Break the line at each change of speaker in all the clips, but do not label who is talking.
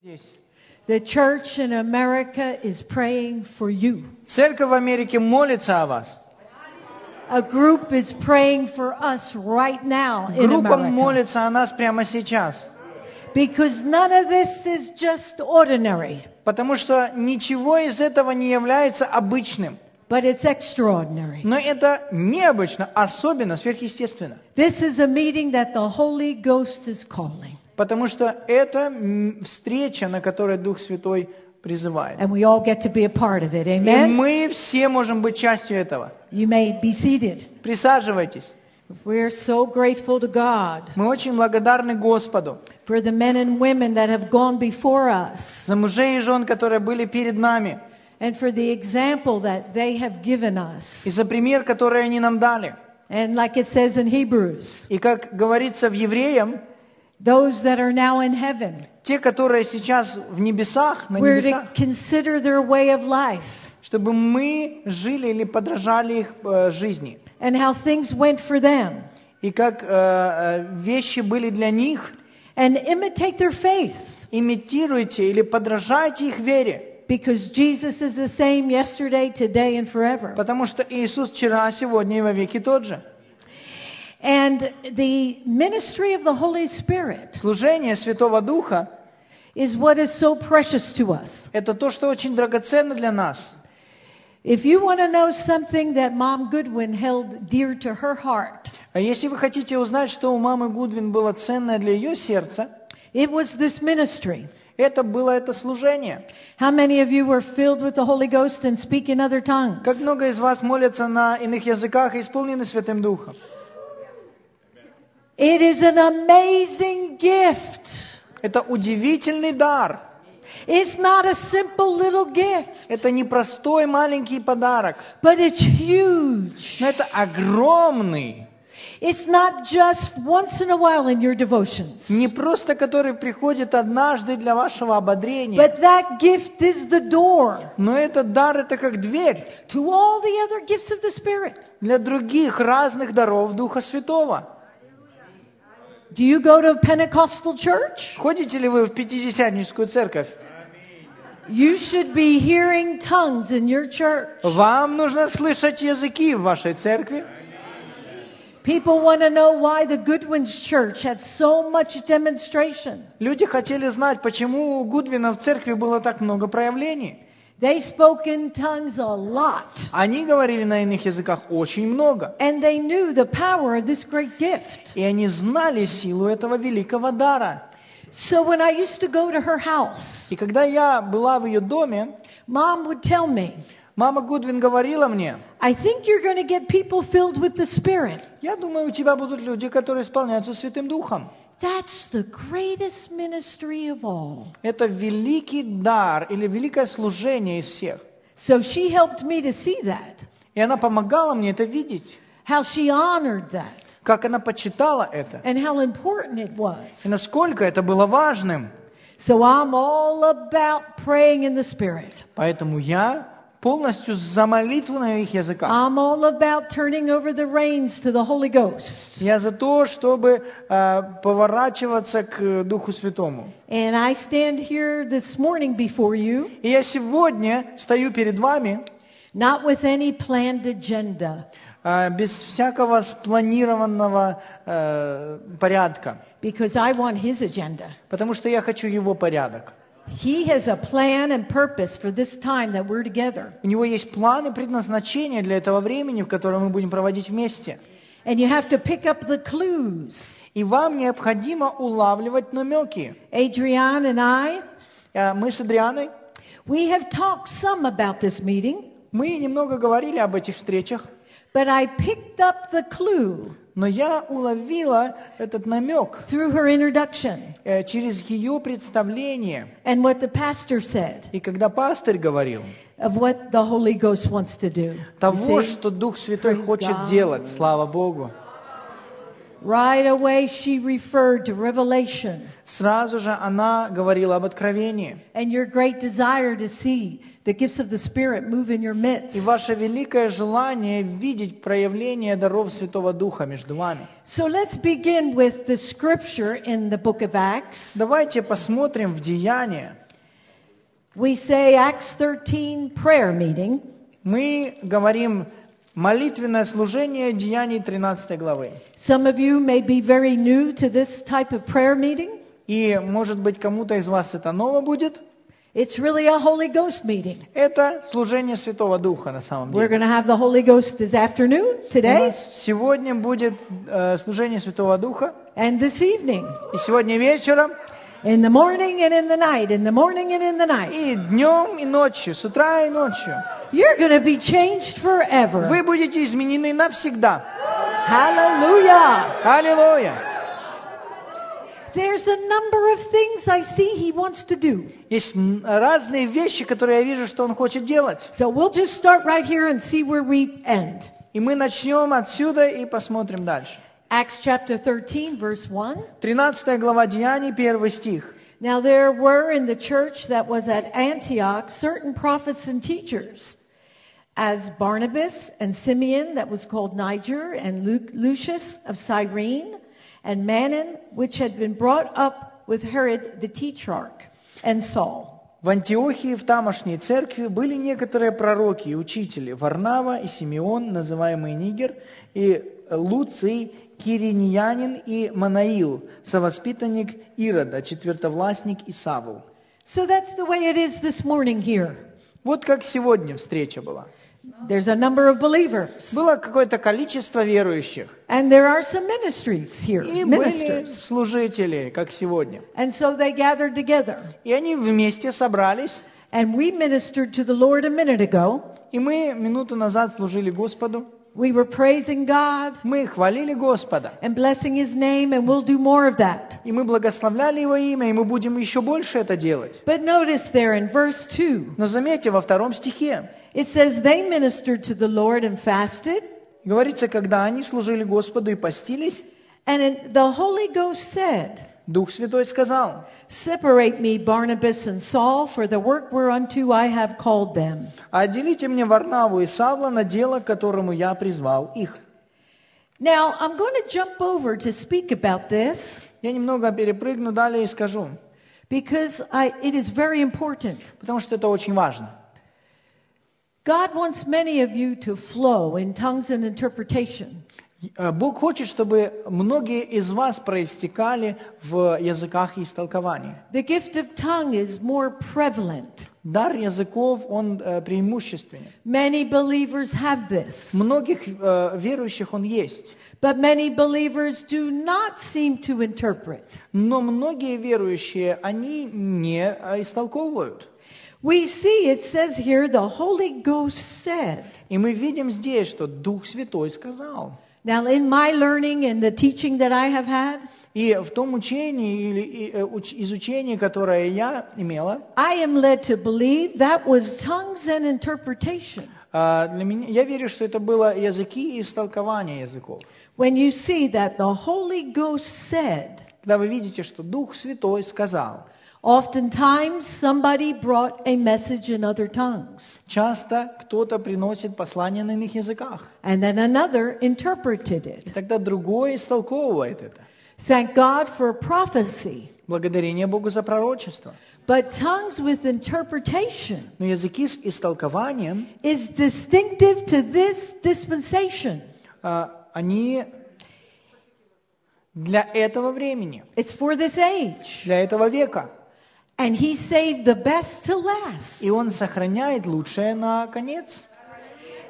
здесь.
The church in America is praying for you.
Церковь в Америке молится о вас.
A group is praying for us right now in
Группа
America.
молится о нас прямо сейчас.
Because none of this is just ordinary,
Потому что ничего из этого не является обычным.
but it's extraordinary.
Но это необычно, особенно сверхъестественно.
This is a meeting that the Holy Ghost is calling,
Потому что это м, встреча, на которой Дух Святой призывает.
and we all get to be a part of it.
И
Amen?
мы все можем быть частью этого.
You may be seated.
Присаживайтесь.
We're so grateful to God
Мы очень благодарны Господу
for the men and women that have gone before us
за мужей и жен, которые были перед нами,
and for the example that they have given us.
и за пример, который они нам дали.
And like it says in Hebrews,
И как говорится в Евреям,
those that are now in heaven,
те, которые сейчас в небесах, на
we're
небесах,
to consider their way of life
чтобы мы жили или подражали их э, жизни.
and how things went for them
И как э, э, вещи были для них,
and imitate their faith
имитируйте или подражайте их вере.
because Jesus is the same yesterday, today, and forever.
Потому что Иисус вчера, сегодня и вовеки тот же.
And the ministry of the Holy Spirit
Служение Святого Духа
is what is so precious to us.
– это то, что очень драгоценно для нас.
If you want to know something that Mom Goodwin held dear to her heart,
А если вы хотите узнать, что у мамы Гудвин было ценное для ее сердца,
it was this ministry.
это было это служение.
How many of you were filled with the Holy Ghost and speak in other tongues?
Как много из вас молятся на иных языках и исполнены Святым Духом.
It is an amazing gift.
Это удивительный дар.
It's not a simple little gift,
Это не простой маленький подарок,
but it's huge.
но это огромный.
It's not just once in a while in your devotions,
Не просто который приходит однажды для вашего ободрения,
but that gift is the door
но этот дар это как дверь
to all the other gifts of the Spirit.
для других разных даров Духа Святого.
Do you go to a Pentecostal church?
Ходите ли вы в Пятидесятническую церковь?
You should be hearing tongues in your church.
Вам нужно слышать языки в вашей церкви.
People want to know why the Goodwin's church had so much demonstration.
Люди хотели знать, почему у Гудвина в церкви было так много проявлений.
They spoke in tongues a lot.
Они говорили на иных языках очень много.
And they knew the power of this great gift.
И они знали силу этого великого дара.
So when I used to go to her house,
И когда я была в ее доме,
mom would tell me,
мама Гудвин говорила мне,
I think you're going to get people filled with the Spirit.
я думаю, у тебя будут люди, которые исполняются Святым Духом.
That's the greatest ministry of all.
Это великий дар или великое служение из всех.
So she helped me to see that,
И она помогала мне это видеть,
how she honored that,
как она почитала это,
and how important it
и
was.
насколько это было важным.
So I'm all about praying in the Spirit.
Поэтому я полностью за молитву на их языках.
I'm all about turning over the reins to the Holy Ghost.
Я за то, чтобы э, поворачиваться к э, Духу Святому.
And I stand here this morning before you.
И я сегодня стою перед вами
not with any planned agenda,
э, без всякого спланированного э, порядка,
because I want his agenda.
потому что я хочу его порядок.
He has a plan and purpose for this time that we're together.
У него есть планы предназначения для этого времени, в котором мы будем проводить вместе.
And you have to pick up the clues.
И вам необходимо улавливать намеки.
Adrienne and I,
Э, Мы с Адрианой,
we have talked some about this meeting,
мы немного говорили об этих встречах,
but I picked up the clue
но я уловила этот намек
through her introduction
э, через ее представление.
and what the pastor said
И когда пастырь говорил
of what the Holy Ghost wants to do. You
того,
see?
что Дух Святой
Praise
хочет
God.
делать, слава Богу.
Right away, she referred to Revelation
Сразу же она говорила об откровении.
and your great desire to see the gifts of the Spirit move in your
И
midst.
ваше великое желание видеть проявление даров Святого Духа между вами.
So let's begin with the scripture in the book of Acts.
Давайте посмотрим в Деяния.
We say Acts 13 prayer meeting.
Мы говорим молитвенное служение Деяний 13 главы.
Some of you may be very new to this type of prayer meeting.
И, может быть, кому-то из вас это ново будет.
It's really a Holy Ghost meeting.
Это служение Святого Духа на самом
We're
деле.
going to have the Holy Ghost this afternoon,
У
today,
нас сегодня будет э, служение Святого Духа.
and this evening.
И сегодня вечером,
In the morning and in the night, in the morning and in the night.
и днем, и ночью, с утра и ночью.
You're going to be changed forever.
Вы будете изменены навсегда.
Hallelujah.
Аллилуйя!
There's a number of things I see he wants to do.
Есть м, разные вещи, которые я вижу, что он хочет делать.
So we'll just start right here and see where we end.
И мы начнем отсюда и посмотрим дальше.
Acts chapter 13, verse 1.
13 глава Деяний, 1 стих.
Now there were in the church that was at Antioch certain prophets and teachers, as Barnabas and Simeon, that was called Niger, and Lu- Lucius of Cyrene, and Manon, which had been brought up with Herod the tetrarch, and Saul.
В Антиохии в тамошней церкви были некоторые пророки и учители Варнава и Симеон, называемый Нигер, и Луций, Кириньянин и Манаил, совоспитанник Ирода, четвертовластник Исавл.
So that's the way it is this morning here.
Вот как сегодня встреча была.
There's a number of believers,
Было какое-то количество верующих.
and there are some ministries here,
И были
ministers.
служители, как сегодня.
And so they gathered together.
И они вместе собрались.
And we ministered to the Lord a minute ago.
И мы минуту назад служили Господу.
We were praising God
Мы хвалили Господа.
and blessing his name, and we'll do more of that.
И мы благословляли Его имя, и мы будем еще больше это делать.
But notice there in verse 2,
Но заметьте, во втором стихе
it says, They ministered to the Lord and fasted,
говорится, когда они служили Господу и постились,
and in- the Holy Ghost said,
Дух Святой сказал,
Separate me, Barnabas and Saul, for the work whereunto I have called them.
«Отделите мне Варнаву и Савла на дело, к которому я призвал их».
Now, I'm going to jump over to speak about this
Я немного перепрыгну далее и скажу,
because I, it is very important.
потому что это очень важно.
God wants many of you to flow in tongues and interpretation.
Э, Бог хочет, чтобы многие из вас проистекали в языках и истолковании.
The gift of tongue is more prevalent.
Дар языков, он э, преимущественен.
Many believers have this,
Многих э, верующих он есть.
but many believers do not seem to interpret.
Но многие верующие, они не а, истолковывают.
We see it says here, the Holy Ghost said.
И мы видим здесь, что Дух Святой сказал.
Now, in my learning and the teaching that I have had,
И в том учении или и, э, уч- изучении, которое я имела,
I am led to believe that was tongues and interpretation.
а, для меня, я верю, что это было языки и истолкование языков.
When you see that the Holy Ghost said,
Когда вы видите, что Дух Святой сказал,
oftentimes somebody brought a message in other tongues,
часто кто-то приносит послание на иных языках.
and then another interpreted it.
И тогда другой истолковывает это.
Thank God for prophecy.
Благодарение Богу за пророчество.
But tongues with interpretation
Но языки с истолкованием,
is distinctive to this dispensation.
а, они для этого времени,
It's for this age.
для этого века.
And he saved the best to last.
И он сохраняет лучшее на конец.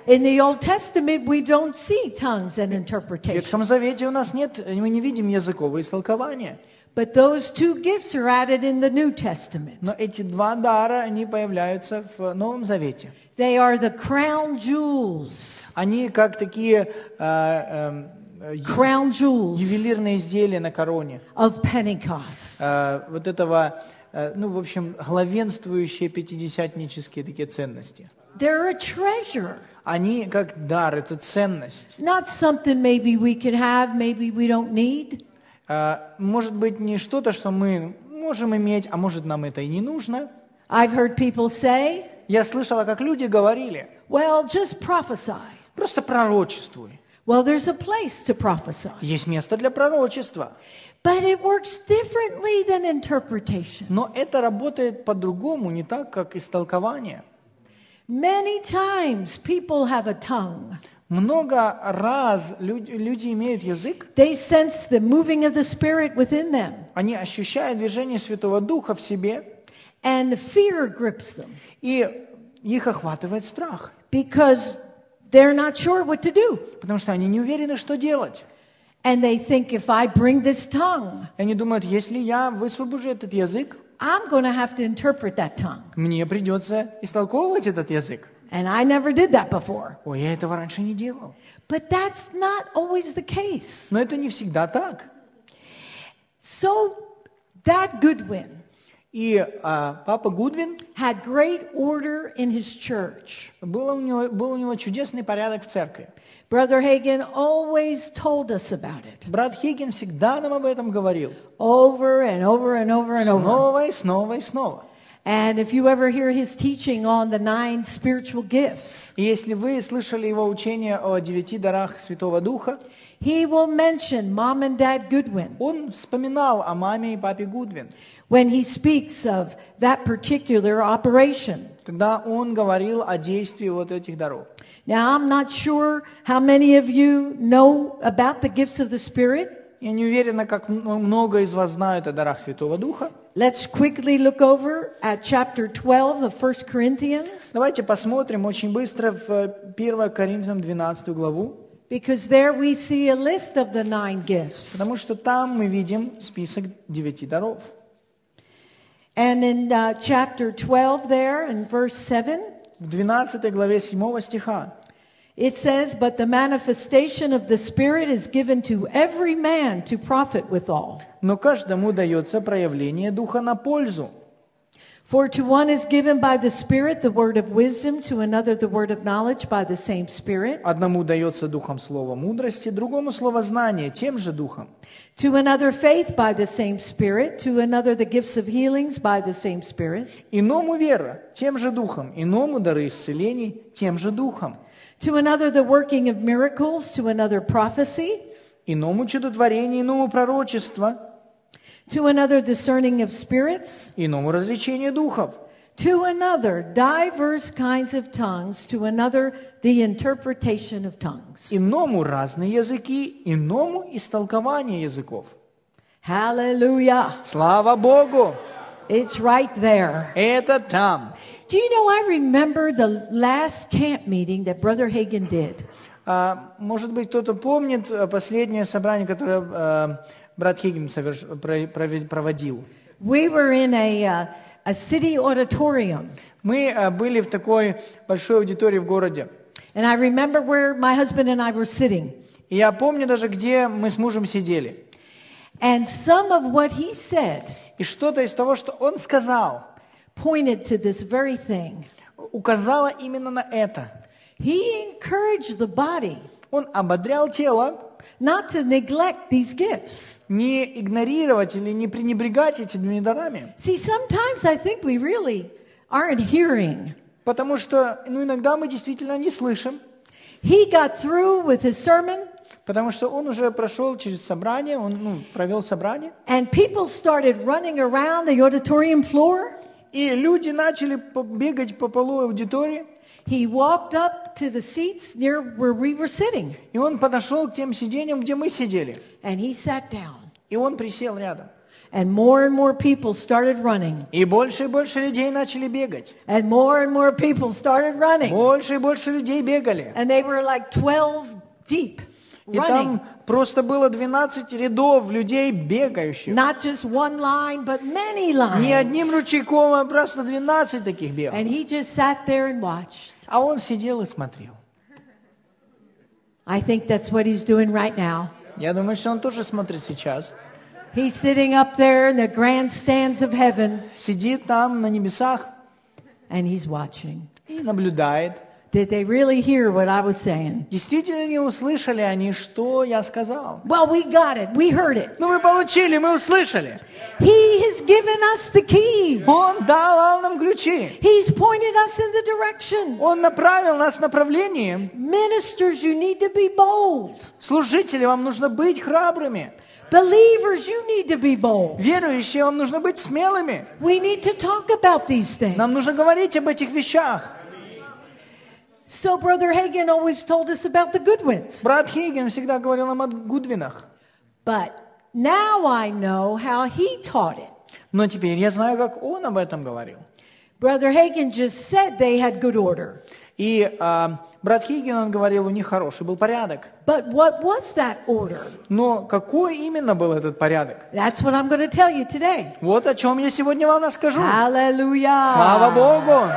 In the Old Testament, we don't see tongues and
В
interpretation.
Ветхом Завете у нас нет, мы не видим языкового истолкования.
But those two gifts are added in the New Testament.
Но эти два дара, они появляются в Новом Завете.
They are the crown jewels.
Они как такие а, эм, ю-
Crown jewels
ювелирные изделия на короне.
of Pentecost.
э, вот этого, э, ну, в общем, главенствующие пятидесятнические такие ценности.
They're a treasure,
Они как дар, это ценность.
not something maybe we can have, maybe we don't need.
А, Может быть, не что-то, что мы можем иметь, а может, нам это и не нужно.
I've heard people say,
Я слышала, как люди говорили,
well, just prophesy.
просто пророчествуй.
Well, there's a place to prophesy.
Есть место для пророчества.
But it works differently than interpretation.
Но это работает по-другому, не так, как истолкование.
Many times people have a tongue.
Много раз люд- люди имеют язык,
They sense the moving of the Spirit within them,
они ощущают движение Святого Духа в себе,
and fear grips them
и их охватывает страх,
because they're not sure what to do.
потому что они не уверены, что делать.
And they think if I bring this tongue,
И Они думают, если я высвобожу этот язык,
I'm going to have to interpret that tongue.
мне придется истолковывать этот язык.
And I never did that before.
Ой, я этого раньше не делал.
But that's not always the case.
Но это не всегда так.
So that Goodwin
И а, папа Гудвин,
had great order in his church.
было у него, был у него чудесный порядок в церкви.
Brother Hagen always told us about it
Брат Хиггин всегда нам об этом говорил.
over and over and over and over.
Снова и снова и снова.
And if you ever hear his teaching on the nine spiritual gifts,
И если вы слышали его учение о девяти дарах Святого Духа,
he will mention Mom and Dad Goodwin
он вспоминал о маме и папе Гудвин.
when he speaks of that particular operation.
Тогда он говорил о действии вот этих даров.
Now, I'm not sure how many of you know about the gifts of the Spirit.
Я не уверена, как м- много из вас знают о дарах Святого Духа.
Let's quickly look over at chapter 12 of 1 Corinthians,
Давайте посмотрим очень быстро в э, 1 Коринфянам 12 главу,
because there we see a list of the nine gifts.
потому что там мы видим список девяти даров.
And in uh, chapter 12, there in verse 7,
В 12 главе 7 стиха
it says, But the manifestation of the Spirit is given to every man to profit withal.
«Но каждому дается проявление Духа на пользу».
For to one is given by the Spirit the word of wisdom, to another the word of knowledge by the same Spirit,
Одному дается Духом слово мудрости, другому слово знания, тем же Духом.
to another faith by the same Spirit, to another the gifts of healings by the same Spirit,
Иному вера, тем же Духом. Иному дары исцелений, тем же Духом.
to another the working of miracles, to another prophecy,
Иному чудотворение, иному пророчество,
to another discerning of spirits.
иному развлечение духов.
to another diverse kinds of tongues, to another the interpretation of tongues.
Иному разные языки, иному истолкование языков.
Hallelujah.
Слава Богу!
It's right there.
Это там.
Do you know, I remember the last camp meeting that Brother Hagen did.
А, может быть, кто-то помнит э, последнее собрание, которое э, брат Хиггин соверш- про- прове- проводил.
We were in a, uh, a city auditorium,
Мы э, были в такой большой аудитории в городе.
and I remember where my husband and I were sitting.
И я помню даже, где мы с мужем сидели.
And some of what he said
И что-то из того, что он сказал,
pointed to this very thing.
указало именно на это.
He encouraged the body
Он ободрял тело
not to neglect these gifts.
не игнорировать или не пренебрегать этими дарами.
See, sometimes I think we really aren't hearing.
Потому что ну, иногда мы действительно не слышим,
He got through with his sermon,
потому что он уже прошел через собрание, он ну, провел собрание.
and people started running around the auditorium floor.
И люди начали по- бегать по полу аудитории,
He walked up to the seats near where we were sitting,
и он подошел к тем сиденьям, где мы сидели.
and he sat down.
И он присел рядом.
And more and more people started running,
И больше и больше людей начали бегать.
and more and more people started running.
Больше и больше людей бегали.
And they were like 12 deep
И
running,
там просто было 12 рядов людей бегающих.
not just one line, but many
Не одним
lines.
ручейком, а просто 12 таких бегал.
And he just sat there and watched.
А он сидел и смотрел.
I think that's what he's doing right now.
Я думаю, что он тоже смотрит сейчас.
He's sitting up there in the grandstands of heaven
Сидит там на небесах
and he's watching.
и и наблюдает.
Did they really hear what I was saying?
Действительно не услышали они, что я сказал?
Well, we got it. We heard it.
Ну, вы получили, мы услышали.
He has given us the keys.
Он давал нам ключи.
He's pointed us in the direction.
Он направил нас в направлении.
Ministers, you need to be bold.
Служители, вам нужно быть храбрыми.
Believers, you need to be bold.
Верующие, вам нужно быть смелыми.
We need to talk about these things.
Нам нужно говорить об этих вещах.
So, Brother Hagen always told us about the good ones.
Брат Хейген всегда говорил нам о Гудвинах.
But now I know how he taught it.
Но теперь я знаю, как он об этом говорил.
Brother Hagen just said they had good order.
И а, брат Хейген, он говорил, у них хороший был порядок.
But what was that order?
Но какой именно был этот порядок?
That's what I'm going to tell you today.
Вот о чем я сегодня вам расскажу.
А. Hallelujah.
Слава Богу!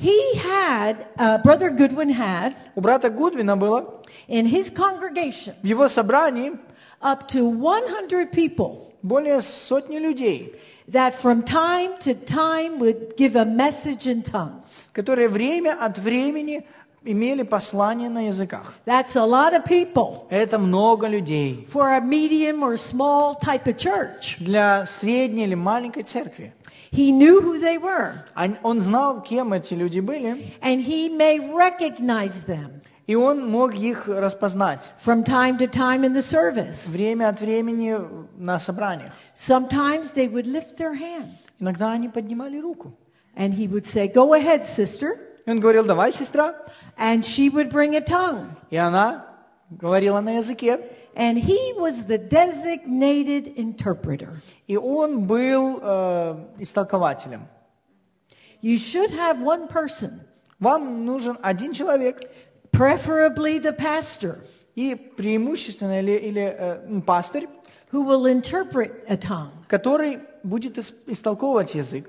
He had, uh, Brother Goodwin had,
У брата Гудвина было
in his congregation,
в его собрании
up to 100 people
более сотни людей,
that from time to time would give a message in tongues.
которые время от времени имели послание на языках.
That's a lot of people
Это много людей
for a medium or small type of church.
для средней или маленькой церкви.
He knew who they were,
Он он знал, кем эти люди были,
and he may recognize them
и он мог их распознать
from time to time in the service.
время от времени на собраниях.
Sometimes they would lift their hand,
Иногда они поднимали руку.
and he would say, Go ahead, sister.
И он говорил, давай, сестра.
And she would bring a tongue.
И она говорила на языке.
And he was the designated interpreter.
И он был э, истолкователем.
You should have one person,
Вам нужен один человек,
preferably the pastor,
и преимущественно или, или э, м, пастырь,
who will interpret a tongue.
который будет ис- истолковывать язык.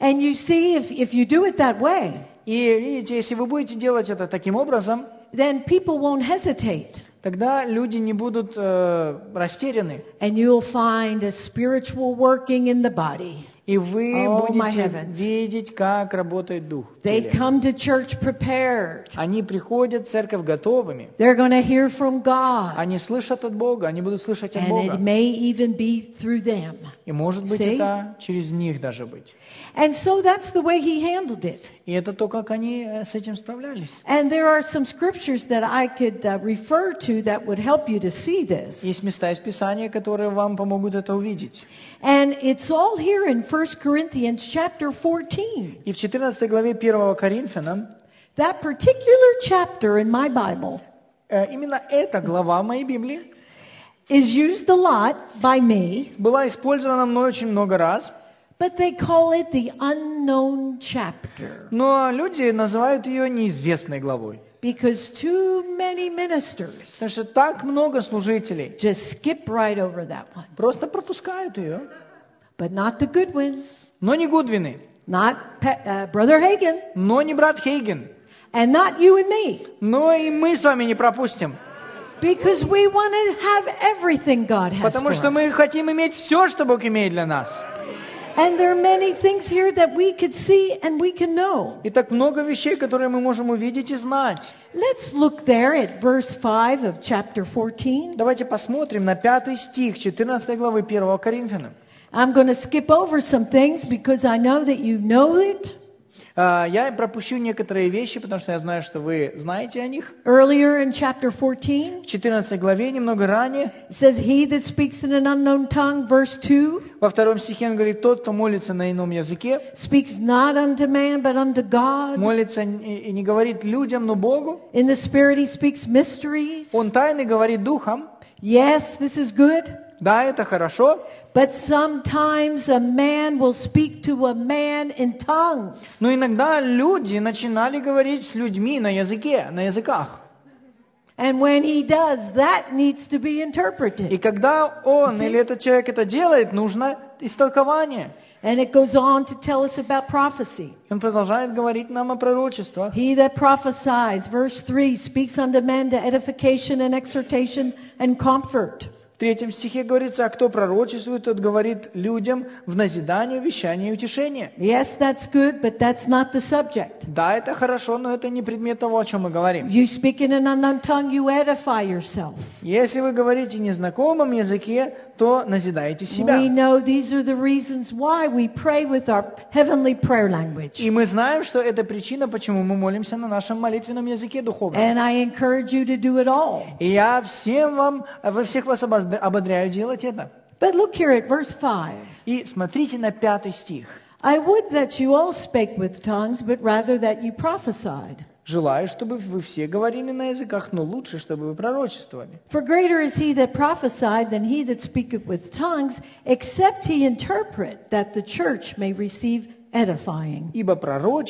And you see, if, if you do it that way,
И видите, если вы будете делать это таким образом,
then people won't hesitate.
тогда люди не будут э, растеряны,
And you'll find a spiritual working in the body.
и вы
Oh, my
будете
heavens.
видеть, как работает дух. в
They
теле.
come to church prepared,
Они приходят в церковь готовыми,
they're going to hear from God.
они слышат от Бога, они будут слышать от
And
Бога.
it may even be through them.
И может быть
See?
это через них даже быть.
And so that's the way he handled it.
И это то, как они э, с этим справлялись.
And there are some scriptures that I could uh, refer to that would help you to see this.
Есть места из Писания, которые вам помогут это увидеть.
And it's all here in 1 Corinthians chapter 14.
И в 14 главе 1 Коринфянам
That particular chapter in my Bible
э, именно эта глава моей Библии
is used a lot by me,
была использована мной очень много раз,
but they call it the unknown chapter
но люди называют ее неизвестной главой.
because too many ministers
Потому что так много служителей
just skip right over that one.
просто пропускают ее.
But not the good ones,
Но не Гудвины,
not Pe- uh, Brother Hagen,
но не брат Хейген,
and not you and me.
но и мы с вами не пропустим.
Because we want to have everything God has
Потому
for
что мы
us.
хотим иметь все, что Бог имеет для нас.
And there are many things here that we could see and we can know.
И так много вещей, которые мы можем увидеть и знать.
Let's look there at verse 5 of chapter 14.
Давайте посмотрим на пятый стих 14 главы 1 Коринфянам.
I'm going to skip over some things because I know that you know it.
А, Я пропущу некоторые вещи, потому что я знаю, что вы знаете о них.
Earlier in chapter 14,
В 14 главе, немного ранее,
it says, He that speaks in an unknown tongue, verse 2,
во втором стихе он говорит, тот, кто молится на ином языке,
speaks not unto man but unto God.
молится и и не говорит людям, но Богу.
In the Spirit, he speaks mysteries.
Он тайны говорит духом.
Yes, this is good.
Да, это хорошо,
But sometimes a man will speak to a man in tongues.
но иногда люди начинали говорить с людьми на языке, на языках.
And when he does, that needs to be
И
interpreted.
когда он или этот человек это делает, нужно истолкование.
And it goes on to tell us about prophecy.
Он продолжает говорить нам о пророчествах.
He that prophesies, verse 3, speaks unto men to edification and exhortation and comfort.
третьем стихе говорится, а кто пророчествует, тот говорит людям в назидание, вещание и утешение.
Yes, that's good, but that's not the subject.
Да, это хорошо, но это не предмет того, о чем мы говорим.
You speak in an unknown tongue, you edify yourself.
Если вы говорите незнакомом языке, то назидаете
We
себя.
know these are the reasons why we pray with our heavenly prayer language.
И мы знаем, что это причина, почему мы молимся на нашем молитвенном языке духовном.
And I encourage you to do it all.
И я всем вам, во всех вас обоз- ободряю делать это.
But look here at verse 5.
И смотрите на пятый стих.
I would that you all spake with tongues, but rather that you prophesied.
Желаю, чтобы вы все говорили на языках, но лучше, чтобы вы пророчествовали.
For greater is he that prophesied than he that speaketh with tongues, except he interpret, that the church may receive edifying.
Ибо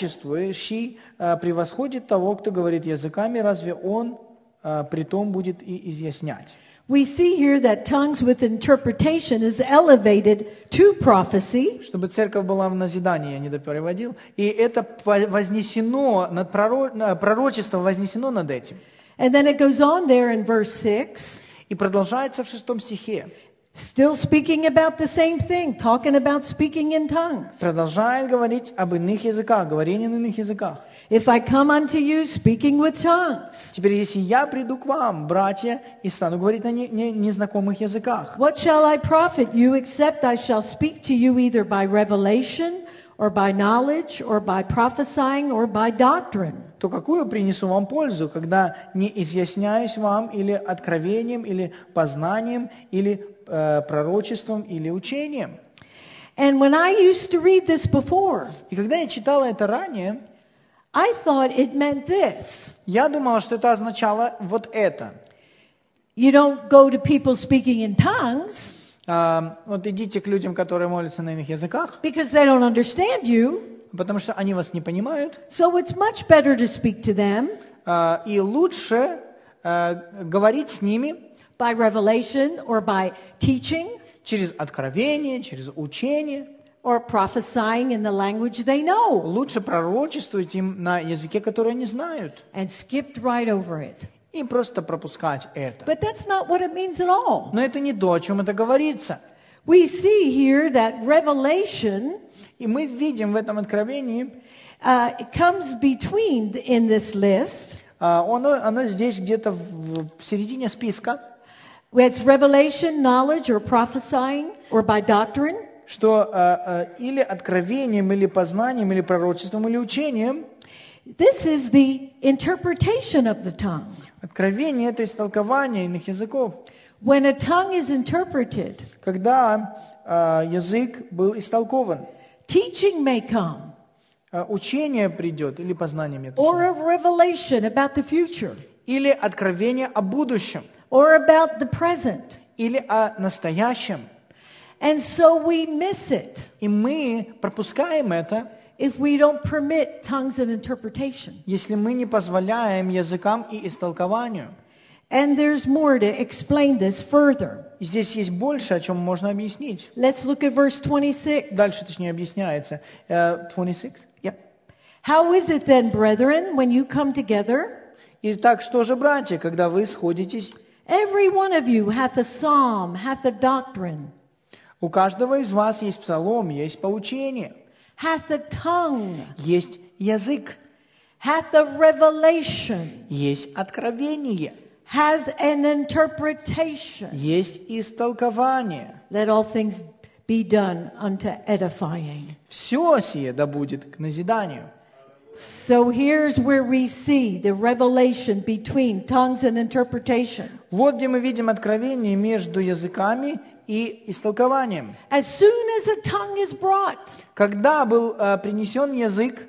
пророчествующий э, превосходит того, кто говорит языками, разве он э, притом будет и изъяснять?
We see here that tongues with interpretation is elevated to prophecy,
Чтобы церковь была в назидании, я недопереводил. И это во- вознесено, над проро- э, пророчество вознесено над этим.
and then it goes on there in verse 6.
И продолжается в шестом стихе.
Still speaking about the same thing, talking about speaking in tongues.
Продолжает говорить об иных языках, говорение на иных языках.
If I come unto you speaking with tongues,
Теперь, если я приду к вам, братья, и стану говорить на не- не- незнакомых языках,
what shall I profit you except I shall speak to you either by revelation or by knowledge or by prophesying or by doctrine?
то какую принесу вам пользу, когда не изъясняюсь вам или откровением, или познанием, или э, пророчеством, или учением?
And when I used to read this before,
И когда я читала это ранее,
I thought it meant this.
я думала, что это означало вот это.
You don't go to people speaking in tongues
А, вот идите к людям, которые молятся на иных языках,
because they don't understand you.
потому что они вас не понимают,
So it's much better to speak to them
а, и лучше э, говорить с ними
by revelation or by teaching
через откровение, через учение.
or prophesying in the language they know
Лучше пророчествовать им на языке, который они знают,
and skipped right over it.
и просто пропускать это.
But that's not what it means at all.
Но это не то, о чем это говорится.
We see here that revelation
И мы видим в этом откровении,
uh, it comes between in this list.
а, оно, оно здесь где-то в в середине списка,
It's revelation, knowledge, or prophesying, or by doctrine.
что а, а, или откровением, или познанием, или пророчеством, или учением.
This is the interpretation of the tongue.
Откровение – это истолкование иных языков.
When a tongue is interpreted,
Когда а, язык был истолкован,
teaching may come,
а, учение придет, или познание, я точно
or a revelation about the future,
или откровение о будущем,
or about the present.
или о настоящем.
And so we miss it
И мы пропускаем это,
if we don't permit tongues and interpretation.
если мы не позволяем языкам и истолкованию.
And there's more to explain this further.
И здесь есть больше, о чем можно объяснить.
Let's look at verse 26.
Дальше, точнее, объясняется. Э, 26.
Yep. How is it then, brethren, when you come together?
Итак, что же, братья, когда вы сходитесь,
Every one of you hath a psalm, hath a doctrine,
у каждого из вас есть псалом, есть поучение,
hath a tongue,
есть язык,
hath a revelation,
есть откровение,
has an interpretation.
есть истолкование.
Let all things be done unto edifying.
Все сие да будет к назиданию.
So here's where we see the revelation between tongues and interpretation.
Вот где мы видим откровение между языками и истолкованием.
As soon as a tongue is brought,
Когда был э, принесен язык,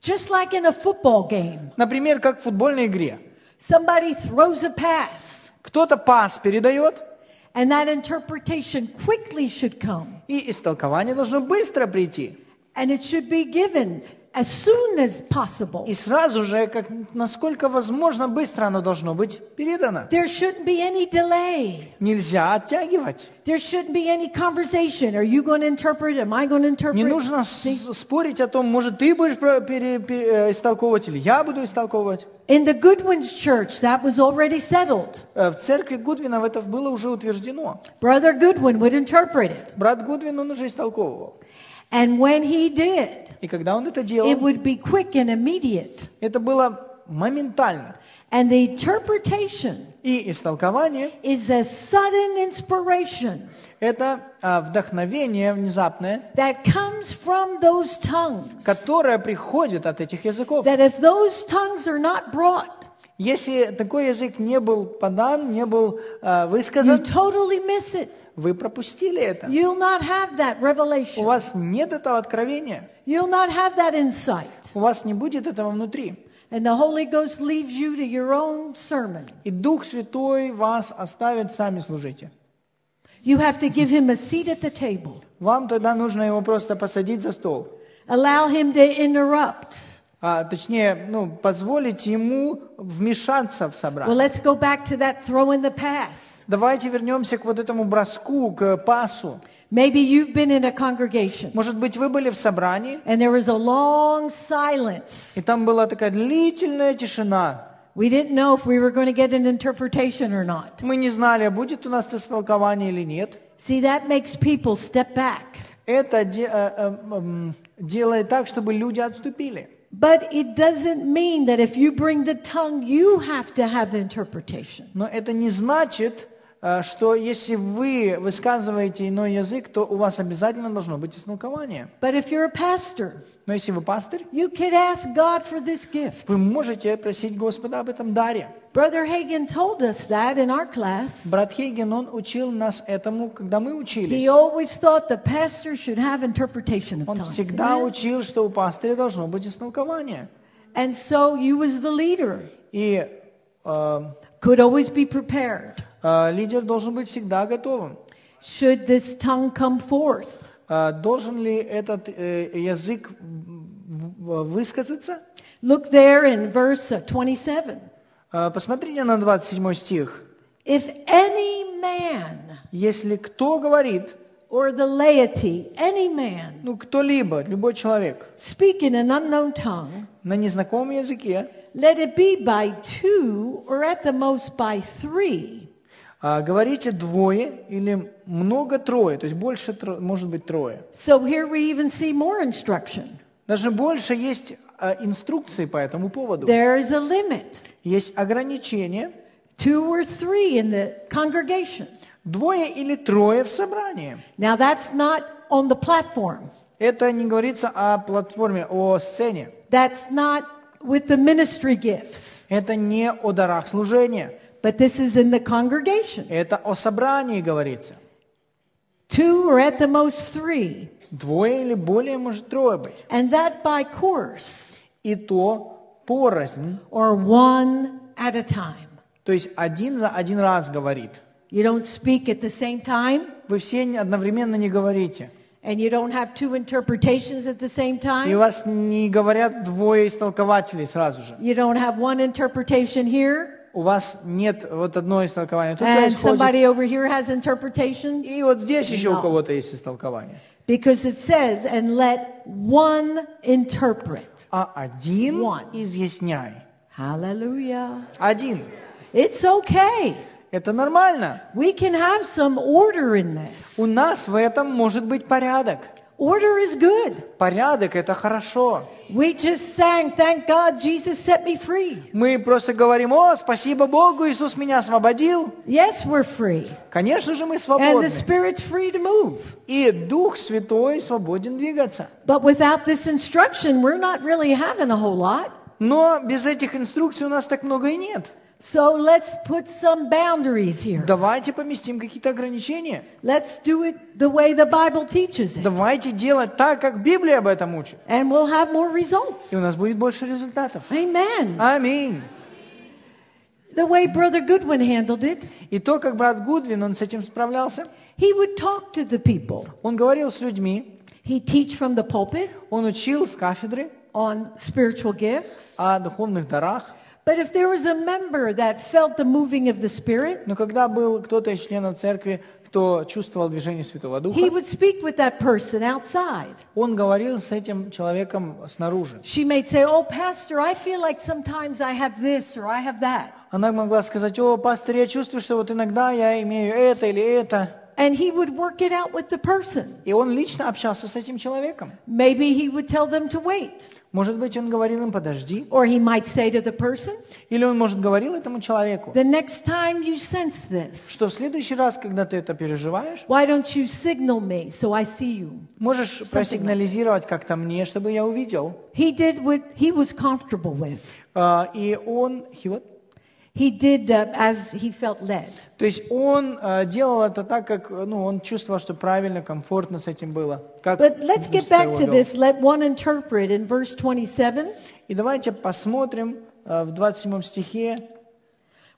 just like in a football game,
например, как в футбольной игре,
somebody throws a pass,
кто-то пас передает,
and that interpretation quickly should come,
и истолкование должно быстро прийти.
and it should be given as soon as possible.
И сразу же, как, насколько возможно, быстро оно должно быть передано.
There shouldn't be any delay.
Нельзя оттягивать.
There shouldn't be any conversation. Are you going to interpret? Am I going to
Не
interpret?
нужно с- спорить о том, может, ты будешь про- пере- пере- э, истолковывать или я буду истолковывать.
In the Goodwin's church, that was already settled.
Э, В церкви Гудвинов это было уже утверждено.
Brother Goodwin would interpret it.
Брат Гудвин, он уже истолковывал.
And when he did,
И когда он это
it
делал,
would be quick and immediate.
это было моментально.
And the interpretation
И истолкование
is a sudden inspiration
– это а, вдохновение внезапное,
that comes from those tongues.
которое приходит от этих языков.
That if those tongues are not brought,
Если такой язык не был подан, не был а,
you
высказан,
totally miss it.
вы пропустили это.
You'll not have that
У
revelation.
вас нет этого откровения,
You'll not have that insight.
у вас не будет этого внутри.
And the Holy Ghost leaves you to your own sermon.
И Дух Святой вас оставит, сами служите.
You have to give him a seat at the table.
Вам тогда нужно его просто посадить за стол.
Allow him to interrupt.
А, точнее, ну, позволить ему вмешаться в
Well,
собрание.
let's go back to that throw in the pass.
Давайте вернемся к вот этому броску, к пасу.
Maybe you've been in a congregation
Может быть, вы были в собрании,
and there was a long silence.
и там была такая длительная тишина.
We didn't know if we were going to get an interpretation or not.
Мы не знали, будет у нас истолкование или нет.
See, that makes people step back.
Это де- э, э, м, делает так, чтобы люди отступили.
But it doesn't mean that if you bring the tongue, you have to have interpretation.
Но это не значит, э, что если вы высказываете иной язык, то у вас обязательно должно быть истолкование.
But if you're a pastor,
Но если вы пастырь,
you could ask God for this gift.
вы можете просить Господа об этом даре.
Brother Hagen told us that in our class.
Брат Хейген, он учил нас этому, когда мы
He
учились.
always thought the pastor should have interpretation of
Он
tongues.
всегда
Amen?
учил, что у пастыря должно быть истолкование.
And so you as the leader
И э,
could always be prepared.
э, лидер должен быть всегда готовым.
Should this tongue come forth?
Э, должен ли этот э, язык в- в- высказаться?
Look there in verse uh, 27.
Э, посмотрите на 27 стих.
If any man
Если кто говорит,
or the laity, any man,
ну кто-либо, любой человек,
speak in an unknown tongue,
на незнакомом языке,
let it be by two or at the most by three,
э, говорите двое или много трое, то есть больше, тро- может быть, трое.
So here we even see more instruction.
Даже больше есть э, инструкции по этому поводу.
There is a limit,
Есть ограничения.
two or three in the congregation.
Двое или трое в собрании.
Now that's not on the platform.
Это не говорится о платформе, о сцене.
That's not with the ministry gifts.
Это не о дарах служения.
But this is in the congregation.
Это о собрании говорится.
Two or at the most three.
Двое или более может трое быть.
And that by course
И то порознь.
or one at a time.
То есть один за один раз говорит.
You don't speak at the same time
Вы все не- одновременно не говорите.
and you don't have two interpretations at the same
И
time.
у вас не говорят двое истолкователей сразу же.
You don't have one interpretation here
У вас нет вот одно истолкование. Тут
And
происходит.
somebody over here has interpretation?
И вот здесь еще
No.
у кого-то есть истолкование.
Because it says, and let one interpret.
А один
One.
изъясняй.
Hallelujah.
Один.
It's okay.
Это нормально.
We can have some order in this.
У нас в этом может быть порядок.
Order is good.
Порядок – это хорошо.
We just sang, Thank God Jesus set me free.
Мы просто говорим, о, спасибо Богу, Иисус меня освободил.
Yes, we're free.
Конечно же, мы
And
свободны.
the Spirit's free to move.
И Дух Святой свободен двигаться.
But without this instruction, we're not really having a whole lot.
Но без этих инструкций у нас так много и нет.
So let's put some boundaries here.
Давайте поместим какие-то ограничения.
Let's do it the way the Bible teaches it.
Давайте делать так, как Библия об этом учит.
And we'll have more results.
И у нас будет больше результатов.
Amen.
Аминь.
The way Brother Goodwin handled it,
И то, как брат Гудвин, он с этим справлялся.
he would talk to the people.
Он говорил с людьми,
He'd teach from the pulpit,
он учил с кафедры,
on spiritual gifts.
о духовных дарах.
But if there was a member that felt the moving of the Spirit,
Но когда был кто-то из членов церкви, кто чувствовал движение Святого
he
Духа,
would speak with that person outside.
он говорил с этим человеком снаружи.
She may say, Oh, Pastor, I feel like sometimes I have this or I have that.
Она могла сказать, о, пастор, я чувствую, что вот иногда я имею это или это.
And he would work it out with the person.
И он лично общался с этим человеком.
Maybe he would tell them to wait.
Может быть, он говорил им, подожди.
Or he might say to the person,
Или он, может, говорил этому человеку,
The next time you sense this,
что в следующий раз, когда ты это переживаешь,
why don't you signal me so I see you?
можешь просигнализировать как-то мне, чтобы я увидел.
He did what he was comfortable with.
А, И он, и вот,
He did uh, as he felt led.
то есть он а, делал это так, как ну, он чувствовал, что правильно, комфортно с этим было. Как
But let's get
Иисус
back
его
to
вел.
this. Let one interpret in verse 27.
И давайте посмотрим а, в 27 стихе,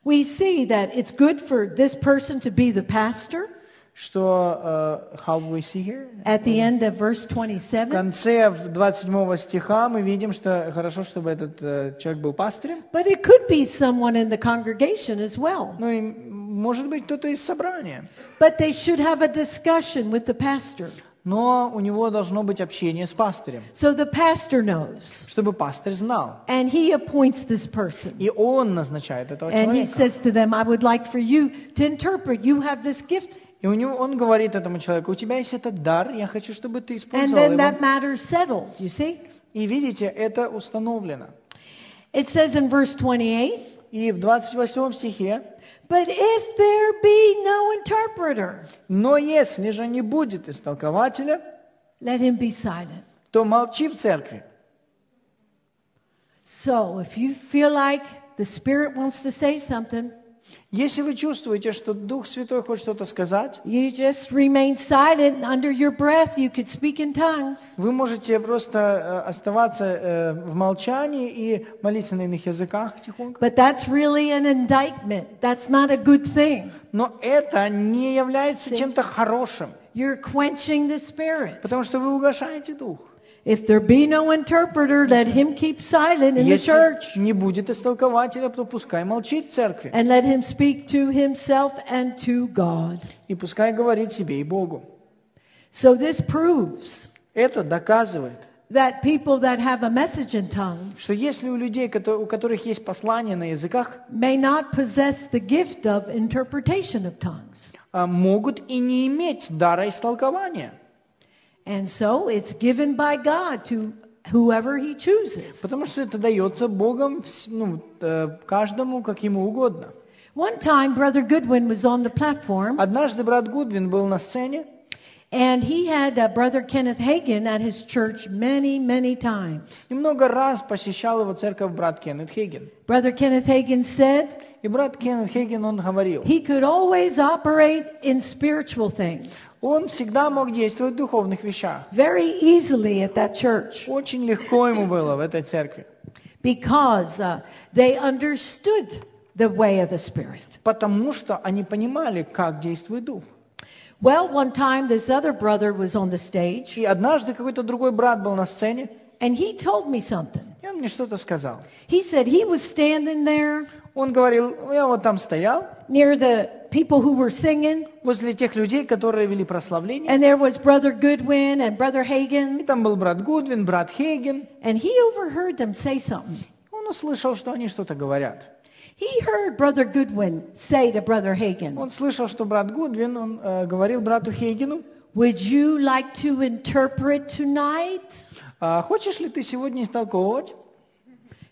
We see that it's good for this person to be the pastor
что а, how we see here.
at the end of verse
В
27.
конце в 27 стиха мы видим, что хорошо, чтобы этот э, человек был пастырем.
But it could be someone in the congregation as well.
Ну и может быть кто-то из собрания.
But they should have a discussion with the pastor.
Но у него должно быть общение с пастырем,
So the pastor knows.
чтобы пастырь знал.
And he appoints this person.
И он назначает этого
And he
человека.
says to them, I would like for you to interpret. You have this gift.
И у него, он говорит этому человеку, у тебя есть этот дар, я хочу, чтобы ты
And
использовал
then
его.
that matter's settled, you see?
И видите, это установлено.
It says in verse 28
И в 28 стихе,
But if there be no interpreter,
но если же не будет истолкователя,
let him be silent.
то молчи в церкви.
So if you feel like the Spirit wants to say something,
Если вы чувствуете, что Дух Святой хочет что-то сказать,
you just remain silent and under your breath. You could speak in tongues.
Вы можете просто э, оставаться э, в молчании и молиться на иных языках тихонько.
But that's really an indictment. That's not a good thing.
Но это не является чем-то хорошим,
You're quenching the Spirit.
потому что вы угошаете дух.
If there be no interpreter, let him keep silent in the ну, church
Если не будет истолкователя, то пускай молчит в церкви.
and let him speak to himself and to God.
И пускай говорит себе и Богу.
So this proves
Это доказывает,
that people that have a message in tongues
что если у людей, кото- у которых есть послание на языках,
may not possess the gift of interpretation of tongues.
а, могут и не иметь дара истолкования.
And so it's given by God to whoever he chooses.
Потому что это дается Богом вс- ну, э, каждому, как ему угодно.
One time, Brother Goodwin was on the platform,
Однажды брат Гудвин был на сцене,
and he had uh, Brother Kenneth Hagan at his church many, many times.
и много раз посещал его церковь брат Кеннет Хейген.
Brother Kenneth Hagan said
И брат Кеннет Хейген, он говорил,
he could always operate in spiritual things
он всегда мог действовать в духовных вещах.
very easily at that church
Очень легко ему было в этой церкви,
because uh, they understood the way of the Spirit.
потому что они понимали, как действует дух.
Well, one time this other brother was on the stage
И однажды какой-то другой брат был на сцене,
and he told me something.
и он мне что-то сказал.
He said he was standing there
Он говорил, «Ну, я вот там стоял,
near the people who were singing
возле тех людей, которые вели прославление,
and there was Brother Goodwin and Brother
и
Hagan
там был брат Гудвин, брат Хейген.
and he overheard them say something.
Он услышал, что они что-то говорят.
He heard Brother Goodwin say to Brother Hagan,
Он слышал, что брат Гудвин, он э, говорил брату Хейгену,
Would you like to interpret tonight?
«А хочешь ли ты сегодня истолковывать?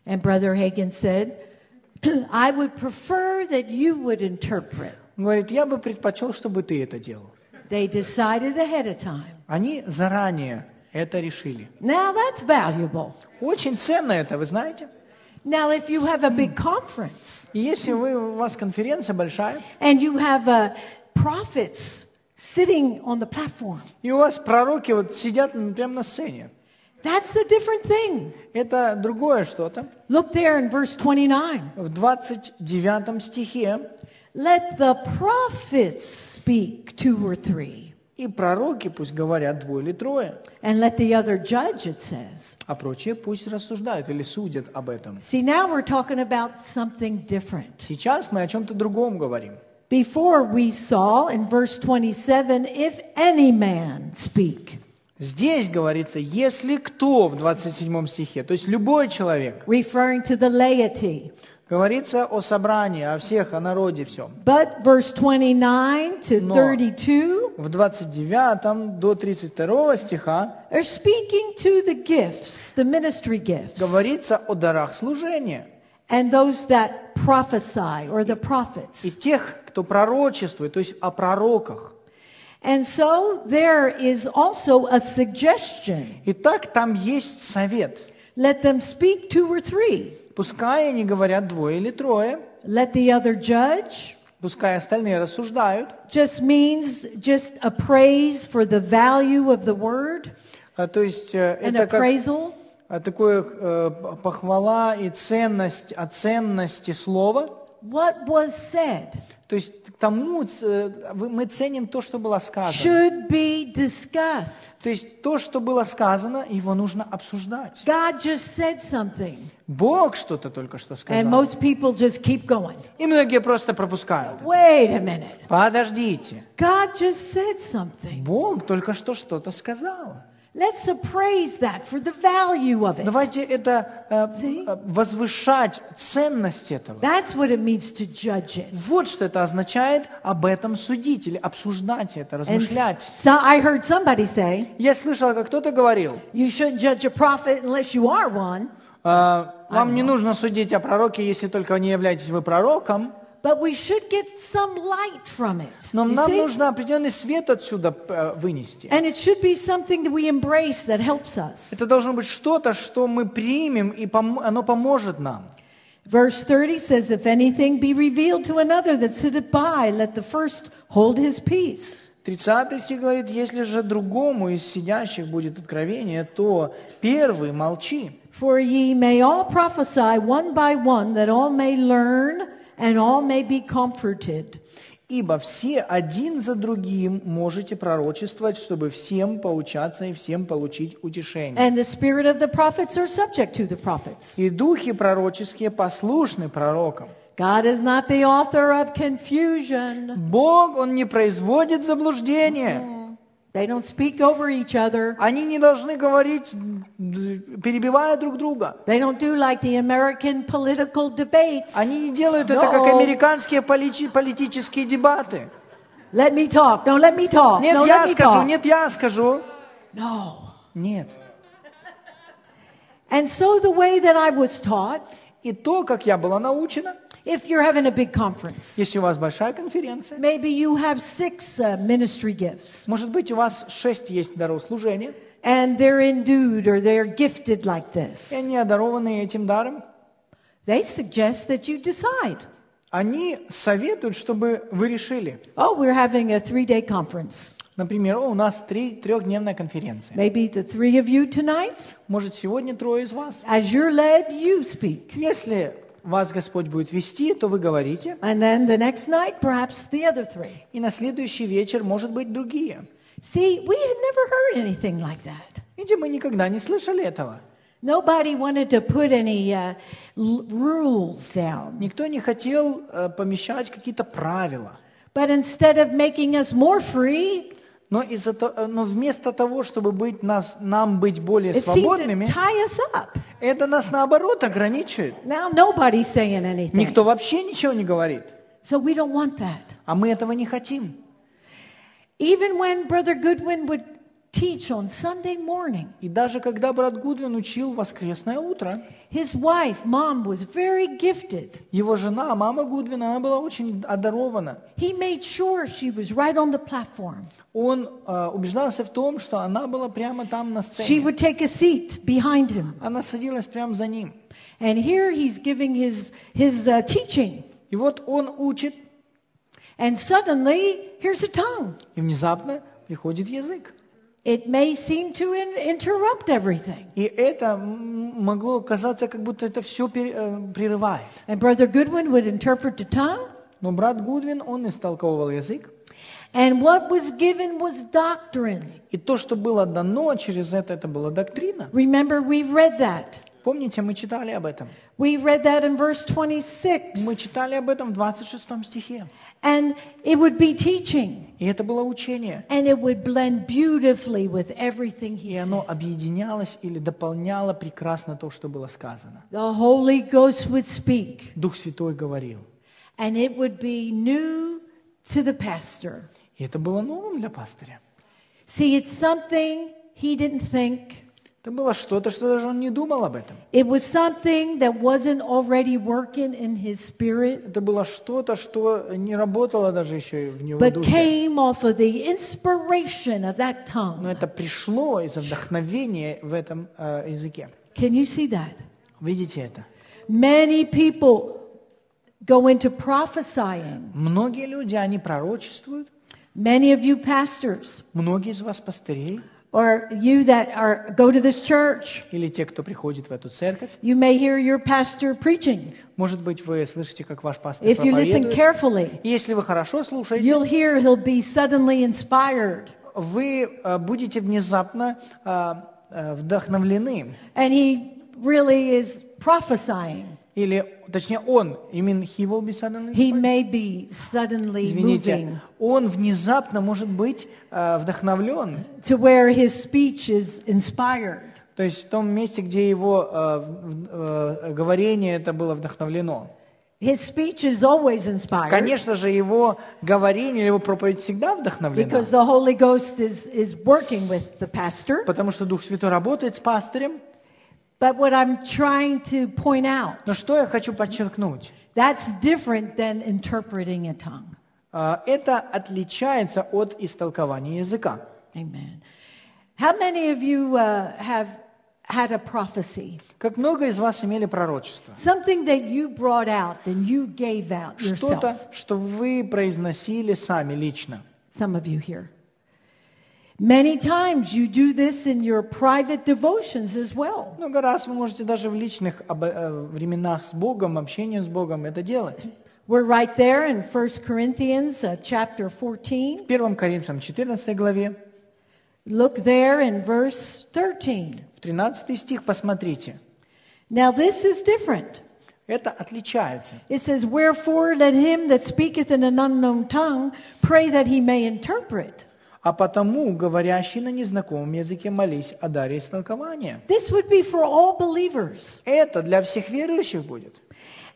And Brother Hagan said, I would prefer that you would interpret.
Он говорит, я бы предпочел, чтобы ты это делал.
They decided ahead of time.
Они заранее это решили.
Now that's valuable.
Очень ценно это, вы знаете.
Now, if you have a big conference
И если вы, у вас конференция большая,
and you have uh, prophets sitting on the platform,
и у вас пророки вот сидят м, прямо на сцене,
that's a different thing.
это другое что-то.
Look there in verse 29.
В 29 стихе
Let the prophets speak two or three.
И пророки пусть говорят двое или трое,
And let the other judge, it says.
а прочие пусть рассуждают или судят об этом.
See, now we're talking about something different.
Сейчас мы о чем-то другом говорим.
Before we saw in verse 27, if any man speak,
Здесь говорится, если кто в 27 стихе, то есть любой человек,
referring to the laity.
говорится о собрании, о всех, о народе всем.
But verse 29 to
Но.
32
В 29 до 32 стиха
are speaking to the gifts, the ministry gifts,
говорится о дарах служения
and those that prophesy or the
и
prophets.
тех, кто пророчествует, то есть о пророках.
And so there is also a suggestion
Итак, там есть совет.
let them speak two or three,
Пускай они говорят двое или трое,
let the other judge.
пускай остальные рассуждают.
Just means just a praise for the value of the word,
А, То есть э,
an
это как
appraisal.
а, такое э, п- похвала и ценность о ценности слова.
What was said
То есть к тому ц- э, вы- мы ценим то, что было сказано.
should be discussed.
То есть то, что было сказано, его нужно обсуждать.
God just said something,
Бог что-то только что
and
сказал.
most people just keep going.
И многие просто пропускают. это.
Wait a minute.
Подождите.
God just said something.
Бог только что что-то сказал.
Let's appraise that for the value of it.
Давайте это э,
See?
э, возвышать ценность этого.
That's what it means to judge it.
Вот что это означает об этом судить или обсуждать это,
And
размышлять.
so I heard somebody say,
Я слышал, как кто-то говорил,
you shouldn't judge a prophet unless you are one.
э, вам не нужно судить о пророке, если только не являетесь вы пророком,
But we should get some light from it.
но
you
нам
see?
нужно определенный свет отсюда э, вынести.
And it should be something that we embrace that helps us.
Это должно быть что-то, что мы примем, и пом- оно поможет нам.
Verse 30 says, If anything be revealed to another that sitteth by, let the first hold his peace.
30 стих говорит, если же другому из сидящих будет откровение, то первый молчи.
For ye may all prophesy one by one, that all may learn and all may be comforted.
Ибо все один за другим можете пророчествовать, чтобы всем поучаться и всем получить утешение.
And the spirit of the prophets are subject to the prophets.
И духи пророческие послушны пророкам.
God is not the author of confusion.
Бог, Он не производит заблуждения.
They don't speak over each other.
Они не должны говорить, д- перебивая друг друга.
They don't do like the American political debates.
Они не делают это, как
No.
американские полити- политические дебаты.
Let me talk. No, let me talk.
Нет,
no,
я
let me
скажу,
talk.
нет, я скажу.
No.
Нет.
And so the way that I was taught,
И то, как я была научена,
if you're having a big conference,
если у вас большая конференция,
maybe you have six uh, ministry gifts,
может быть, у вас шесть есть даров служения,
and they're endued or they're gifted like this.
и они одарованы этим даром,
They suggest that you decide.
они советуют, чтобы вы решили.
Oh, we're having a three-day conference.
Например, «О, у нас три трехдневная конференция.
Maybe the three of you tonight,
Может, сегодня трое из вас.
as you're led, you speak.
Если вас Господь будет вести, то вы говорите,
And then the next night, perhaps the other three.
и на следующий вечер, может быть, другие.
See, we had never heard anything like that.
Видите, мы никогда не слышали этого.
Nobody wanted to put any uh, l- rules down.
Никто не хотел э, помещать какие-то правила.
But instead of making us more free,
Но, из-за то- э, но вместо того, чтобы быть нас, нам быть более
it seemed to
свободными,
tie us up.
это нас наоборот ограничивает.
Now nobody's saying anything.
Никто вообще ничего не говорит,
So we don't want that.
а мы этого не хотим.
Even when Brother Goodwin would teach on Sunday morning,
И даже когда брат Гудвин учил воскресное утро,
his wife, mom, was very gifted.
его жена, мама Гудвина, она была очень одарована.
He made sure she was right on the platform.
Он э, убеждался в том, что она была прямо там на
She
сцене.
would take a seat behind him.
Она садилась прямо за ним.
And here he's giving his, his uh, teaching.
И вот он учит,
And suddenly, here's a tongue.
и внезапно приходит язык.
It may seem to in- interrupt everything.
И это м, могло казаться, как будто это все прерывает.
And Brother Goodwin would interpret the tongue,
Но брат Гудвин, он истолковывал язык,
And what was given was doctrine.
И то, что было дано через это, это была доктрина.
Remember, we read that.
Помните, мы читали об этом.
We read that in verse
Мы
26.
читали об этом в 26 стихе.
And it would be teaching,
И это было учение.
and it would blend beautifully with everything
И
he
оно
said.
объединялось или дополняло прекрасно то, что было сказано.
The Holy Ghost would speak,
Дух Святой говорил.
and it would be new to the pastor.
И это было новым для пастыря.
See, it's something he didn't think.
Это было что-то, что даже он не думал об этом.
It was something that wasn't already working in his spirit,
Это было что-то, что не работало даже еще и в него
but
душе.
came off of the inspiration of that
Но
tongue.
это пришло из-за вдохновения в этом э, языке.
Can you see that?
Видите это?
Many people go into prophesying.
Многие люди, они пророчествуют.
Many of you pastors
Многие из вас пастырей
or you that are go to this church,
или те, кто приходит в эту церковь.
you may hear your pastor preaching.
Может быть, вы слышите, как ваш пастор
If you listen
проповедует.
carefully,
Если вы хорошо слушаете,
you'll hear he'll be suddenly inspired
вы э, будете внезапно э, э, вдохновлены.
and he really is prophesying.
Или, точнее, он, you mean he will be suddenly
He
inspired?
may be suddenly moving
Извините, он внезапно может быть э, вдохновлен.
to where his speech is inspired.
То есть в том месте, где его э, в- э, говорение это было вдохновлено.
His speech is always inspired
Конечно же, его говорение, его проповедь всегда вдохновлена.
because the Holy Ghost is, is working with the pastor.
Потому что Дух Святой работает с пастырем.
But what I'm trying to point out,
Но что я хочу подчеркнуть?
that's different than interpreting a tongue.
Э, Это отличается от истолкования языка.
Amen. How many of you uh, have had a prophecy?
Как много из вас имели пророчество?
Something that you brought out and you gave out
Что-то,
yourself.
что вы произносили сами лично.
Some of you here. Many times you do this in your private devotions as well.
Много раз вы можете даже в личных обо- э, временах с Богом, общении с Богом это делать.
We're right there in 1 Corinthians uh, chapter 14.
В 1 Коринфянам 14 главе,
Look there in verse 13.
в 13 стих посмотрите.
Now this is different.
Это отличается.
It says, Wherefore let him that speaketh in an unknown tongue pray that he may interpret.
А потому, говорящий на незнакомом языке, молись о даре истолкования.
This would be for all believers.
Это для всех верующих будет.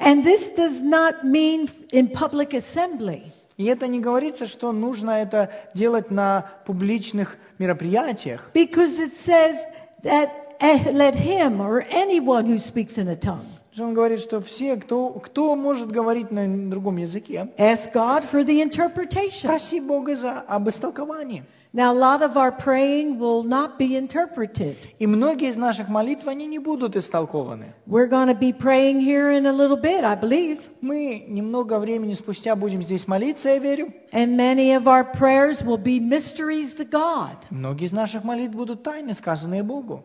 And this does not mean in public assembly.
И это не говорится, что нужно это делать на публичных мероприятиях,
Because it says that eh, let him or anyone who speaks in a tongue
Потому что он говорит, что все, кто, кто может говорить на другом языке,
ask God for the interpretation.
проси Бога за, об истолковании.
Now, a lot of our praying will not be interpreted.
И многие из наших молитв, они не будут истолкованы.
We're going to be praying here in a little bit, I believe.
Мы немного времени спустя будем здесь молиться, я верю.
And many of our prayers will be mysteries to God.
Многие из наших молитв будут тайны, сказанные Богу.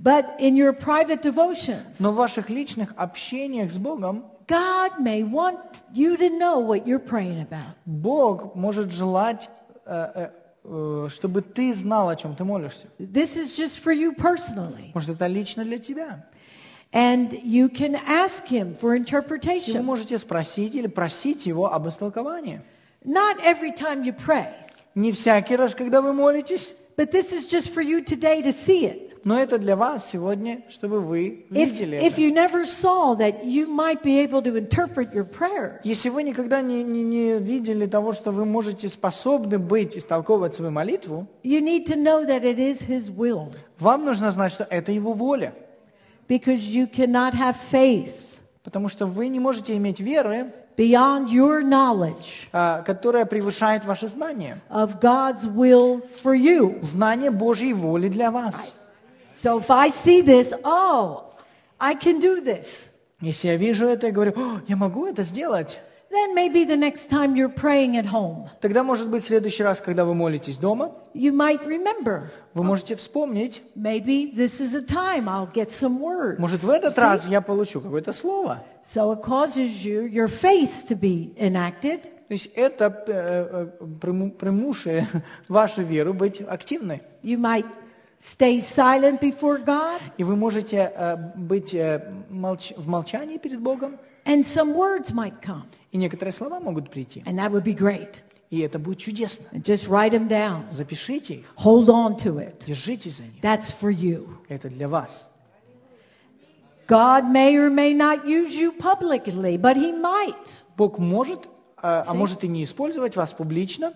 But in your private devotions,
Но в ваших личных общениях с Богом
God may want you to know what you're praying about.
Бог может желать, э, э, э, чтобы ты знал, о чем ты молишься.
This is just for you personally.
Может, это лично для тебя.
And you can ask Him for
И вы
interpretation.
можете спросить или просить Его об истолковании.
Not every time you pray,
Не всякий раз, когда вы молитесь,
but this is just for you today to see it.
но это для вас сегодня, чтобы вы
If,
видели
if
это.
you never saw that you might be able to interpret your prayers,
Если вы никогда не, не- не видели того, что вы можете способны быть, истолковывать свою молитву,
you need to know that it is His will
вам нужно знать, что это Его воля.
because you cannot have faith
Потому что вы не можете иметь веры,
beyond your knowledge
а, которая превышает ваши знания.
of God's will for you.
Знание Божьей воли для вас.
So if I see this, oh, I can do this,
Если я вижу это и говорю, «О, я могу это сделать,
then maybe the next time you're praying at home,
тогда, может быть, в следующий раз, когда вы молитесь дома,
you might remember.
вы можете вспомнить,
Maybe this is a time I'll get some words.
может, в этот
See?
раз я получу какое-то слово.
So it causes you your faith to be enacted,
То То есть это э, э, приму- примуши вашу веру быть активной.
You might stay silent before God,
И вы можете э, быть э, молч- в молчании перед Богом,
and some words might come,
и некоторые слова могут прийти.
and that would be great.
И это будет чудесно.
And just write them down,
Запишите их,
hold on to it.
держитесь за них.
That's for you.
Это для вас.
God may or may not use you publicly, but He might.
Бог может, а, а может и не использовать вас публично,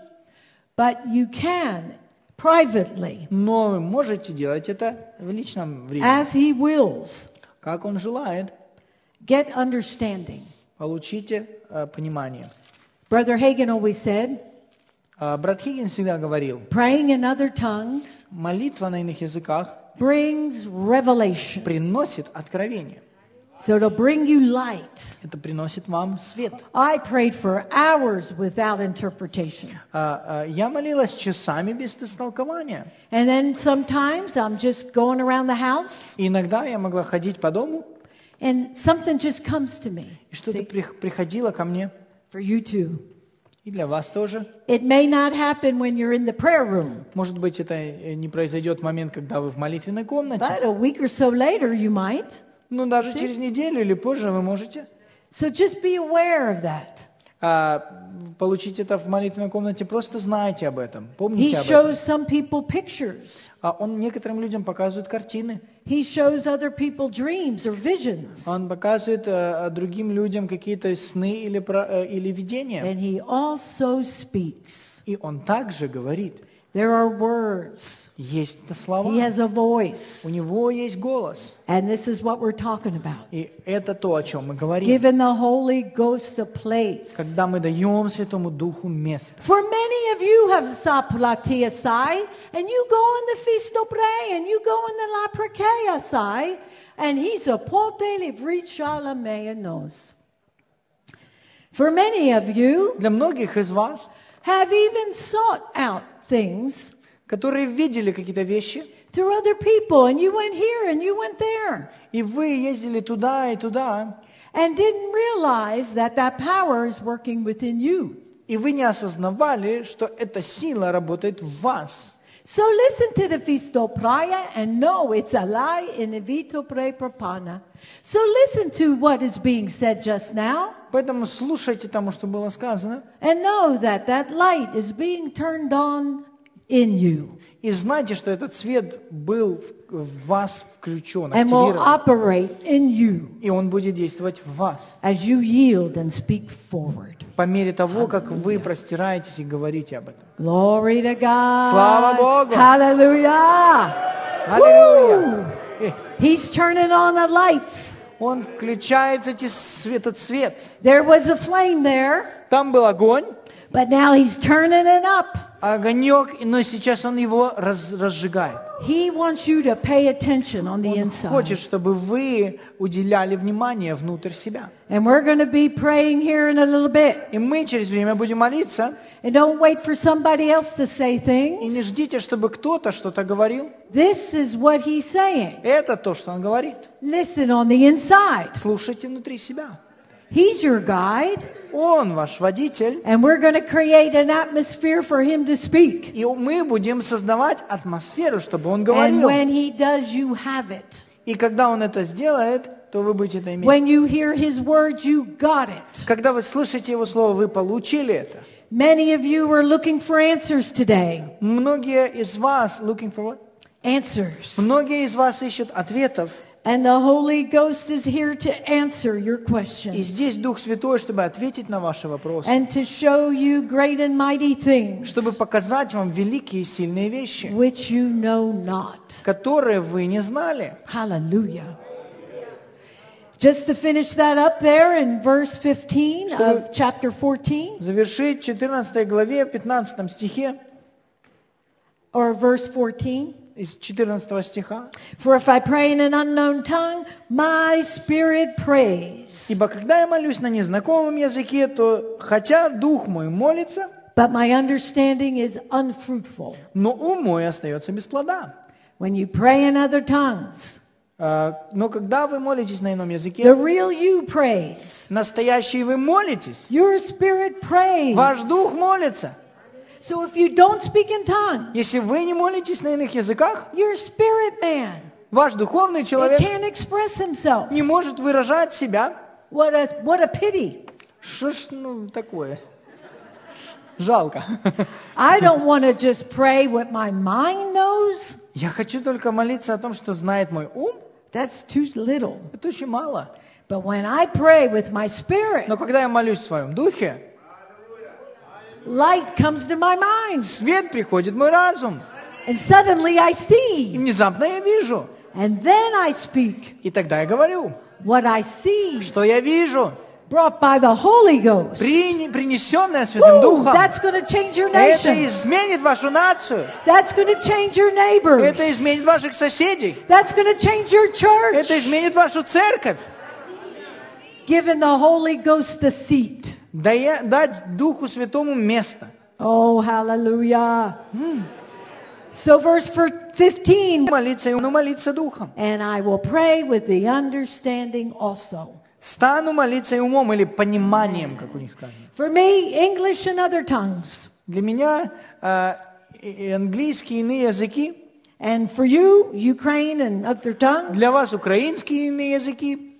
But you can privately,
но вы можете делать это в личном времени,
as He wills.
как Он желает.
Get understanding.
Получите э, понимание.
Brother Hagen always said,
А, Брат Хиггин всегда говорил,
praying in other tongues
молитва на иных языках
brings revelation.
приносит откровение.
So it'll bring you light.
Это приносит вам свет. А,
I prayed for hours without interpretation.
А, а, Я молилась часами без истолкования.
And then sometimes I'm just going around the house
И иногда я могла ходить по дому,
and something just comes to me.
и что-то
See,
прих- приходило ко мне,
for you too.
и для вас тоже.
It may not happen when you're in the prayer room,
Может быть, это э, не произойдет в момент, когда вы в молитвенной комнате,
but a week or so later you might.
но даже через неделю или позже вы можете
So just be aware of that.
а, получить это в молитвенной комнате. Просто знайте об этом,
He
помните об этом.
shows some people pictures.
А он некоторым людям показывает картины,
He shows other people dreams or visions.
он показывает э, другим людям какие-то сны или, про- э, или видения.
And he also speaks.
И он также говорит,
There are words.
есть это
He
слова,
has a voice.
у него есть голос.
And this is what we're talking about.
И это то, о чем мы говорим.
Giving the Holy Ghost a place.
Когда мы даем Святому Духу место.
For many of you have saplatia sai, and you go in the Fisto Pre, and you go in the La Prakea sai, and he's a ponte livrit nos. For many of you
Для многих из вас,
have even sought out things
которые видели какие-то вещи,
through other people, and you went here and you went there,
и вы ездили туда и туда,
and didn't realize that that power is working within you.
и вы не осознавали, что эта сила работает в вас.
So listen to the Fisto Praia and know it's a lie in the Vito Pre Propana. So listen to what is being said just now
Поэтому слушайте тому, что было сказано,
and know that that light is being turned on in you
и знайте, что этот свет был в- в вас включен,
and will
активирован,
operate in you
и он будет действовать в вас
as you yield and speak forward.
по мере того, как вы простираетесь и говорите об этом.
Glory to God.
Slava Bogu.
Hallelujah.
Аллилуйя! Э,
He's turning on the lights.
Он включает эти, св- этот свет.
There was a flame there,
Там был огонь,
but now he's turning it up.
огонек, но сейчас он его раз- разжигает.
He wants you to pay attention on the
Он
inside.
хочет, чтобы вы уделяли внимание внутрь себя.
And we're going to be praying here in a little bit.
И мы через время будем молиться.
And don't wait for somebody else to say
И
things.
не ждите, чтобы кто-то что-то говорил.
This is what he's saying.
Это то, что он говорит.
Listen on the inside.
Слушайте внутри себя.
He's your guide,
Он ваш водитель.
and we're going to create an atmosphere for him to speak.
И мы будем создавать атмосферу, чтобы он
And
говорил.
when he does, you have it.
И когда он это сделает, то вы будете это иметь.
When you hear his words, you got it.
Когда вы слышите его слово, вы получили это.
Many of you are looking for answers today.
Многие из вас, looking for what?
Answers.
Многие из вас ищут ответов.
And the Holy Ghost is here to answer your
И
questions
здесь Дух Святой, чтобы ответить на ваши вопросы.
and to show you great and mighty things
чтобы показать вам великие и сильные вещи,
which you know not.
которые вы не знали.
Hallelujah. Just to finish that up there in verse 15 of chapter 14
Завершить в 14 главе, в 15 стихе,
or verse 14.
из 14 стиха.
For if I pray in an unknown tongue, my spirit prays,
«Ибо когда я молюсь на незнакомом языке, то хотя дух мой молится,
but my understanding is unfruitful.
но ум мой остается без плода.
When you pray in other tongues,
А, Но когда вы молитесь на ином языке,
The real you prays.
настоящий вы молитесь.
Your spirit prays.
Ваш дух молится.
So if you don't speak in tongues,
Если вы не молитесь на иных языках,
your spirit man
ваш духовный
it
человек
can't express himself.
не может выражать себя.
What a what a pity.
Что ж, ну, такое? Жалко.
I don't want to just pray what my mind knows.
Я хочу только молиться о том, что знает мой ум.
That's too little.
Это очень мало.
But when I pray with my spirit,
Но когда я молюсь в своем духе,
light comes to my mind.
свет приходит в мой разум.
And suddenly I
И
see.
внезапно я вижу.
And then I speak
И тогда я говорю,
what I see
что я вижу,
brought by the Holy Ghost.
Прини- принесенное Святым
Woo,
Духом.
that's going to change your
Это
nation.
изменит вашу нацию.
That's going to change your
Это
neighbors.
изменит ваших соседей.
That's going to change your church.
Это изменит вашу церковь.
Giving the Holy Ghost the seat.
Дая- Дать Духу Святому место.
Oh, hallelujah. Hmm. So, verse for 15
Молиться, и ну, молиться Духом.
and I will pray with the understanding also.
Стану молиться и умом, или пониманием, как у них сказано.
For me, English and other tongues.
Для меня э, и- и английские иные языки,
And for you, Ukraine and other tongues.
для вас украинские иные языки.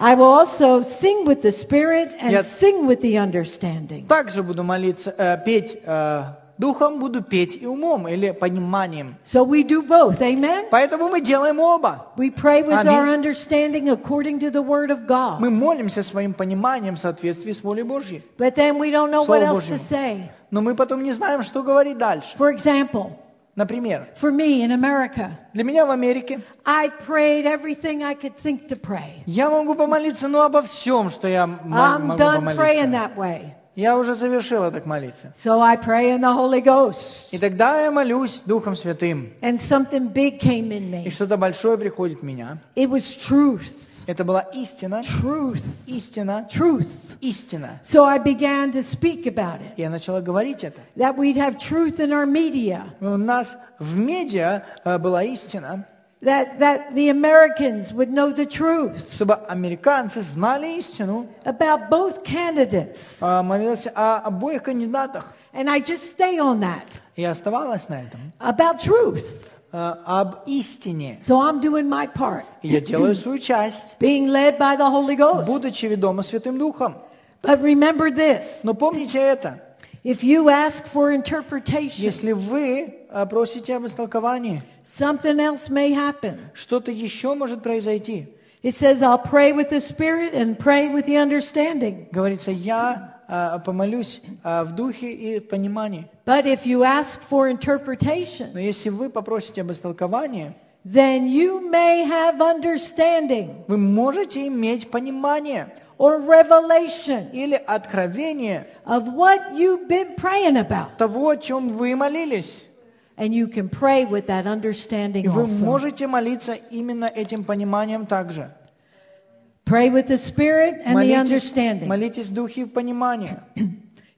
I will also sing with the Spirit and
Yes.
sing with the understanding.
Также буду молиться, э, петь э, Духом, буду петь и умом, или пониманием.
So we do both. Amen?
Поэтому мы делаем оба.
We pray with
Amen.
our understanding according to the Word of God.
Мы молимся своим пониманием в соответствии с волей Божьей.
But then we don't know what
Слово
else to
Божьему.
say.
Но мы потом не знаем, что говорить дальше.
For example,
Например,
for me in America,
для меня в Америке
I prayed everything I could think to pray.
я могу помолиться, ну, обо всем, что я м-
I'm
могу
done praying
помолиться.
that way.
Я уже завершила так молиться.
So I pray in the Holy Ghost.
И тогда я молюсь Духом Святым.
And something big came in
И
me.
что-то большое приходит в меня.
It was truth.
Это была истина,
Truth.
истина,
Truth.
истина.
So I began to speak about it.
Я начала говорить это.
That we'd have truth in our media.
У нас в медиа э, была истина,
That, that the Americans would know the truth
чтобы американцы знали истину.
about both candidates.
Э, Молилась о обоих кандидатах.
And I just stay on that.
И оставалась на этом.
About truth.
Э, Об истине.
So I'm doing my part.
И я делаю свою часть,
Being led by the Holy Ghost.
будучи ведома Святым Духом.
But remember this.
Но помните это.
If you ask for interpretation,
Если вы э, просите об истолковании,
something else may happen.
что-то еще может произойти.
It says, I'll pray with the Spirit and pray with the understanding.
Говорится, я а, помолюсь а, в духе и в понимании.
But if you ask for
Но
interpretation,
если вы попросите об истолковании,
then you may have understanding
вы можете иметь понимание
or revelation
или откровение
of what you've been praying about.
того, о чем вы молились.
And you can pray with that
И
understanding
вы
also.
можете молиться именно этим пониманием также.
Pray with the Spirit and the
Молитесь,
understanding.
молитесь в духе и в понимании.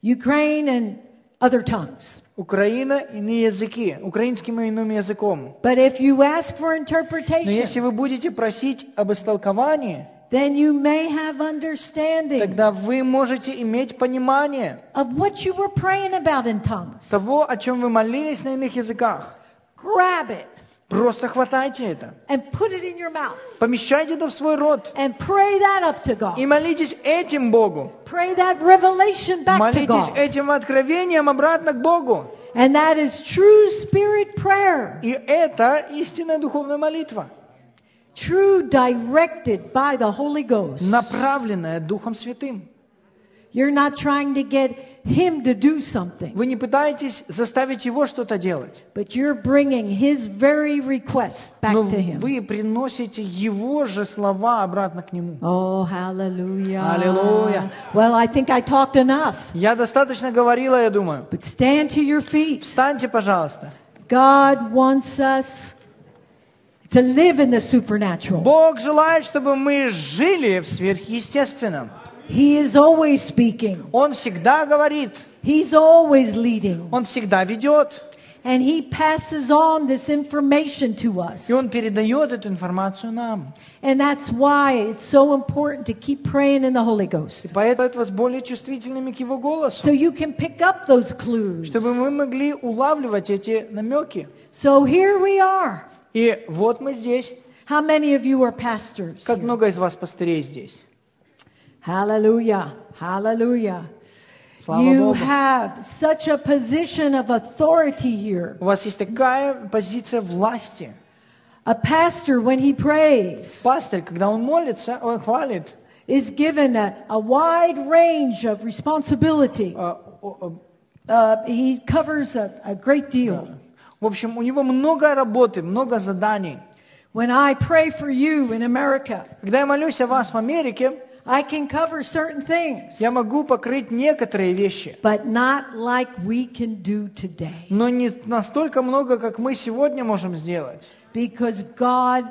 Ukraine and other tongues.
Украина, иные языки, украинским и иным языком.
But if you ask for
Но если
interpretation,
вы будете просить об истолковании,
then you may have understanding
тогда вы можете иметь понимание
of what you were praying about in tongues.
того, о чем вы молились на иных языках.
Grab it
Просто хватайте это.
and put it in your mouth
Помещайте это в свой рот.
and pray that up to
И
God.
молитесь этим Богу.
Pray that revelation back to
Молитесь
God.
этим откровением обратно к Богу.
And that is true spirit prayer,
И это истинная духовная молитва,
true directed by the Holy Ghost.
направленная Духом Святым.
You're not trying to get him to do something,
Вы не пытаетесь заставить Его что-то делать,
but you're bringing his very request back
но
to him.
вы приносите Его же slova обратно к Нему.
Oh, hallelujah.
Hallelujah.
Well, I think I talked enough,
Я достаточно говорила, я думаю.
but stand to your feet.
Встаньте, пожалуйста.
God wants us to live in the supernatural.
Бог желает, чтобы мы жили в сверхъестественном.
He is always speaking.
Он всегда говорит,
He's always leading.
Он всегда ведет.
and he passes on this information to us.
И он передает эту информацию нам.
And that's why it's so important to keep praying in the Holy Ghost.
И поэтому это вас более чувствительными к его голосу,
So you can pick up those clues.
чтобы мы могли улавливать эти намеки.
So here we are.
И вот мы здесь.
How many of you are pastors?
Как
here?
много из вас пастырей здесь?
Hallelujah. Hallelujah.
Слава
you
Богу.
have such a position of authority here.
У вас есть такая позиция власти.
A pastor, when he prays,
Пастырь, когда он молится, он хвалит,
is given a, a wide range of responsibility.
э, о- о-
Uh, he covers a, a great deal.
В общем, у него много работы, много заданий.
When I pray for you in America,
Когда я молюсь о вас в Америке,
I can cover certain things,
я могу покрыть некоторые вещи,
but not like we can do today.
но не настолько много, как мы сегодня можем сделать.
Because God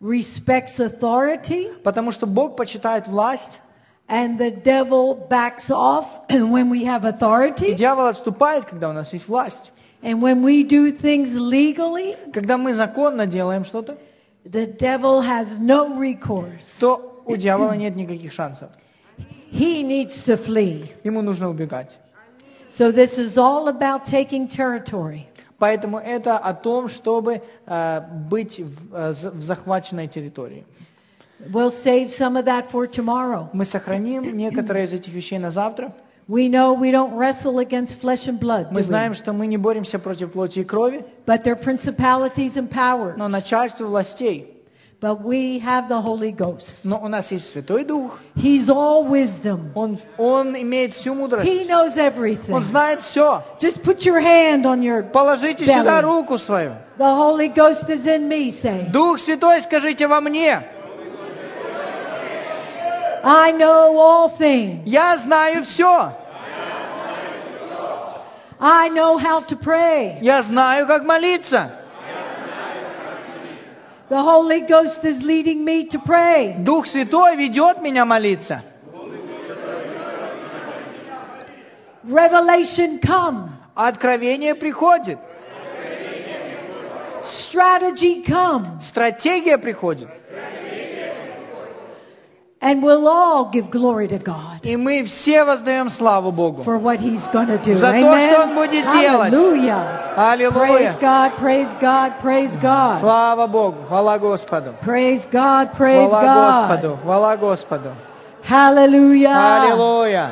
respects authority
Потому что Бог почитает власть,
and the devil backs off when we have
и
authority.
дьявол отступает, когда у нас есть власть.
And when we do things legally,
Когда мы законно делаем что-то,
the devil has no recourse.
то у дьявола нет никаких шансов.
He needs to flee.
Ему нужно убегать.
So this is all about taking territory.
Поэтому это о том, чтобы э, быть в, э, за- в захваченной территории.
We'll save some of that for tomorrow.
Мы сохраним некоторые из этих вещей на завтра.
We know we don't wrestle against flesh and blood,
Мы
do we?
знаем, что мы не боремся против плоти и крови,
but they're principalities and powers.
но начальство властей.
But we have the Holy Ghost.
Но у нас есть Святой Дух.
He's all wisdom.
Он, он имеет всю
He
мудрость.
knows
Он
everything.
знает все.
Just put your hand on your.
Положите
Belly.
сюда руку свою.
The Holy Ghost is in me. Say,
Дух Святой, скажите во мне.
I know all things.
Я знаю все.
I know how to pray.
Я знаю, как молиться.
The Holy Ghost is leading me to pray.
Дух Святой ведет меня молиться.
Revelation come.
Откровение приходит.
Strategy come.
Стратегия приходит.
And we'll all give glory to God
И мы все воздаем славу Богу.
for what He's going to do.
За то,
Amen.
что Он будет делать.
Hallelujah. Praise
Аллилуйя.
God, praise God, praise God.
Слава Богу. Хвала Господу.
Praise God, praise
Хвала
God.
Господу. Хвала Господу.
Hallelujah.
Аллилуйя.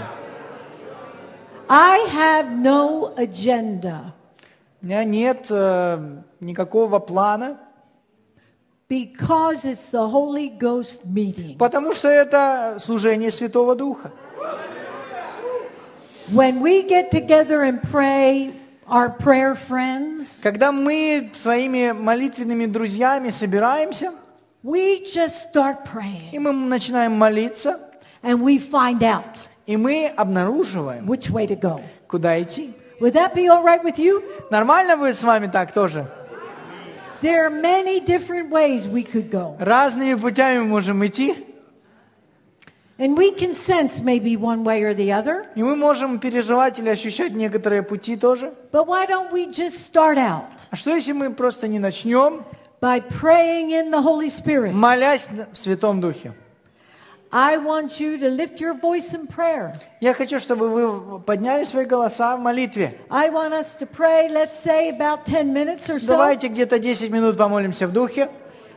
I have no agenda
У меня нет э, никакого плана,
because it's the Holy Ghost meeting.
потому что это служение Святого Духа.
When we get together and pray, our prayer friends,
Когда мы своими молитвенными друзьями собираемся,
we just start
и
praying
мы начинаем молиться,
and we find out
и мы обнаруживаем,
which way to go.
куда идти.
Would that be all right with you?
Нормально будет с вами так тоже?
There are many different ways we could go.
Разными путями можем идти,
And we can sense maybe one way or the other,
и мы можем переживать или ощущать некоторые пути тоже.
but why don't we just start out
А что если мы просто не начнем,
by praying in the Holy Spirit?
молясь в Святом Духе?
I want you to lift your voice in prayer.
Я хочу, чтобы вы подняли свои голоса в молитве.
I want us to pray, let's say about 10 minutes or so.
Давайте где-то 10 минут помолимся в духе.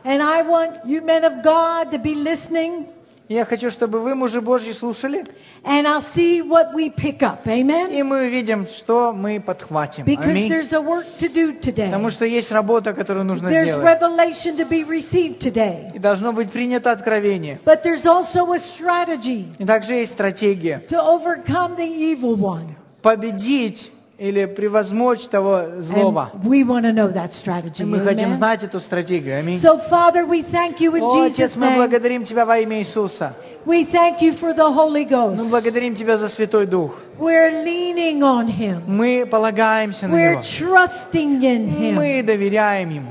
And I want you men of God to be listening,
Я хочу, чтобы вы, мужи Божьи, слушали,
and I'll see what we pick up. Amen?
и мы увидим, что мы подхватим.
Because
Аминь.
there's a work to do today.
Потому что есть работа, которую нужно
There's
делать.
revelation to be received today.
И должно быть принято откровение.
But there's also a strategy
И также есть стратегия.
to overcome the evil one.
Победить или превозмочь того злого.
And we want to know that
И
strategy.
мы хотим
Amen?
знать эту стратегию. Аминь.
So, Father, we thank you in
О, Отец,
Jesus'
мы
name.
благодарим Тебя во имя Иисуса.
We thank you for the Holy
Мы
Ghost.
благодарим Тебя за Святой Дух.
We're leaning on him.
Мы полагаемся на
We're
Него.
trusting
Mm.
in him.
Мы доверяем Ему.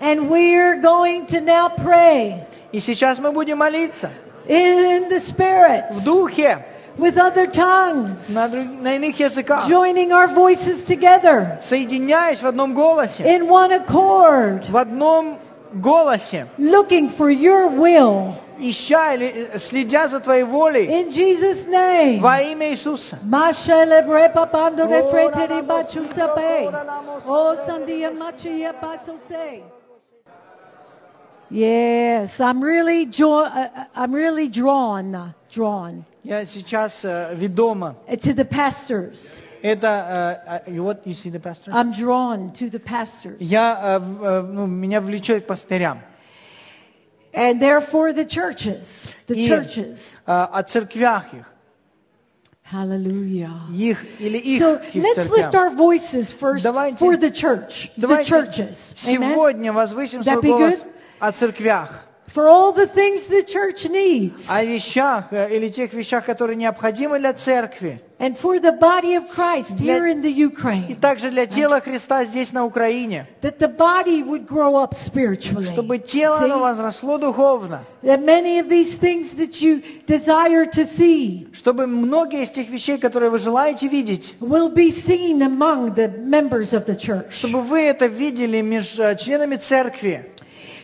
And we're going to now pray
И сейчас мы будем молиться
in the Spirit.
в Духе.
with other tongues,
на, друг- на иных языках,
joining our voices together
соединяясь в одном голосе,
in one accord,
в одном голосе,
looking for your will
ища или э, следя за Твоей волей
in Jesus' name.
во имя Иисуса.
Mashelebre papando de freteri bachusape. O sandia machia pasose. Yes, I'm really jo- uh, uh, I'm really drawn, drawn
Я сейчас э, ведомо.
uh, to the pastors.
Это э, э, you what, you see the pastor?
I'm drawn to the pastors,
Я, э, в- э, ну, меня влечет к пастырям.
and therefore the churches, the
И,
churches.
э, о церквях их.
Hallelujah.
Их или их
So
к их
let's
церквям.
lift our voices first
Давайте-
for the church, the
Давайте
churches. Amen.
сегодня возвысим
That
свой
be
голос
good?
о церквях,
For all the things the church needs.
о вещах э, или тех вещах, которые необходимы для церкви,
And for the body of Christ
Для-
here in the
и
Ukraine,
также для тела Христа здесь на Украине,
that the body would grow up spiritually.
чтобы тело оно
See?
возросло духовно,
That many of these things that you desire to see
чтобы многие из тех вещей, которые вы желаете видеть,
will be seen among the members of the church.
чтобы вы это видели между э, членами церкви.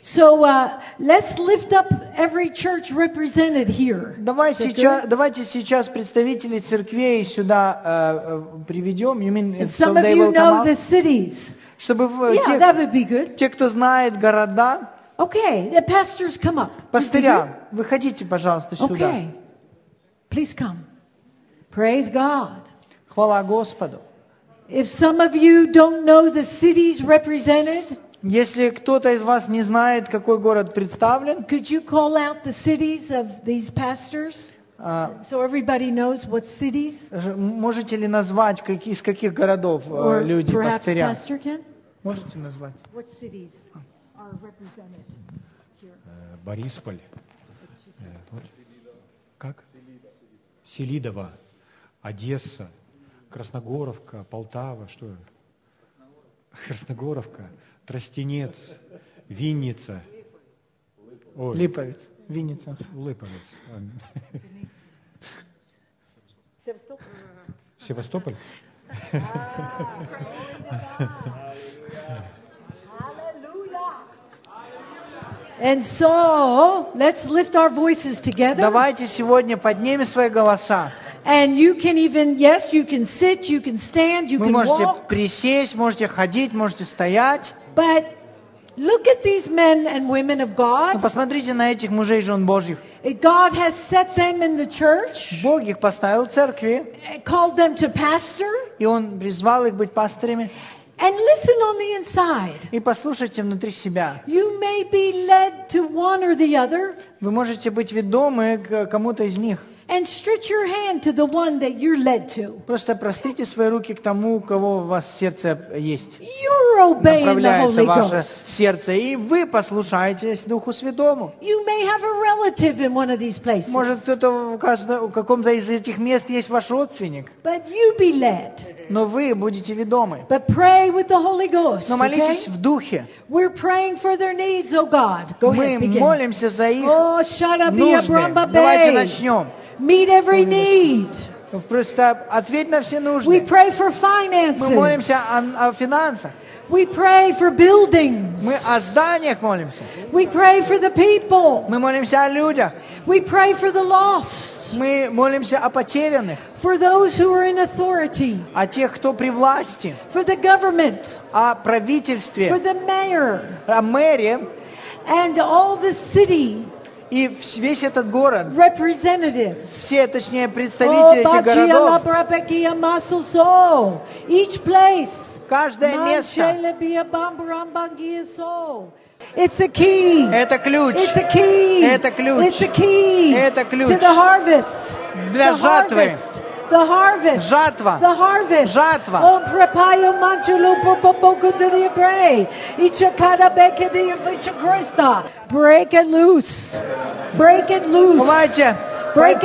So uh, let's lift up every church represented here.
Давай
Церкви.
сейчас, давайте сейчас представителей церквей сюда э, э, приведем, you mean,
And
so
some of
they
you
will come
know
out? Oh,
the cities.
чтобы в- э,
Yeah,
те-
that would be good.
те, кто знает города,
Okay, the pastors come up. Would be good?
Пастыря, выходите, пожалуйста, сюда.
Mm-hmm. Okay, please come. Praise God.
Хвала Господу.
If some of you don't know the cities represented,
Если кто-то из вас не знает, какой город представлен,
could you call out the cities of these pastors? so everybody knows what cities
э, ж- можете ли назвать, как- из каких городов э,
or
люди
perhaps
пастыря?
Pastor Ken?
Можете назвать?
What cities are represented?
Э, Борисполь. Э, вот. Как? Селидово, Одесса, Красногоровка, Полтава, что? Красногоровка, Тростенец, Винница. Ой,
Липовец, Винница.
Липовец. Эм. Севастополь?
And so let's lift our voices together.
Давайте сегодня поднимем свои голоса.
And you can even, yes, you can sit, you can stand, you
Вы
can
можете
walk.
присесть, можете ходить, можете стоять.
But look at these men and women of
Но
God.
Ну, посмотрите на этих мужей и жен Божьих.
God has set them in the church,
Бог их поставил в церкви,
called them to pastor.
и Он призвал их быть пастырями.
And listen on the inside.
И послушайте внутри себя.
You may be led to one or the other,
Вы можете быть ведомы к кому-то из них.
and stretch your hand to the one that you're led to.
Просто простите свои руки к тому, у кого у вас сердце есть.
You're obeying the
Направляется
Holy
ваше
Ghost.
сердце, и вы послушаетесь Духу Святому.
You may have a relative in one of these places,
Может, это у каждого, у каком-то из этих мест есть ваш родственник,
but you be led.
но вы будете ведомы.
But pray with the Holy Ghost.
Но
Okay?
молитесь в Духе.
We're praying for their needs, oh God. Go
Мы
ahead, begin.
молимся за их
Oh, shut up,
нужды. Давайте начнем.
Meet every need.
Просто ответь на все
We
нужды.
pray for
Мы молимся
finances.
о, о финансах.
We pray for buildings.
Мы о зданиях молимся.
We pray for the people.
Мы молимся о людях.
We pray for the lost,
Мы молимся о потерянных,
for those who are in authority,
о тех, кто при власти,
for the government,
о
for
правительстве,
the mayor,
о мэрии
and all the city
и вс- весь этот город,
representatives.
все, точнее, представители этих городов,
Oh, Each place.
Каждое место.
It's a key.
это ключ
It's a key.
Это ключ.
It's a key.
Это ключ.
To the harvest.
Для
the
жатвы.
Harvest. The harvest.
Жатва.
The harvest.
Жатва.
Он препаю манчулу попопоку деребрей. И чакада бекеди вича Христа. Break it loose. Break it loose.
Давайте,
Break it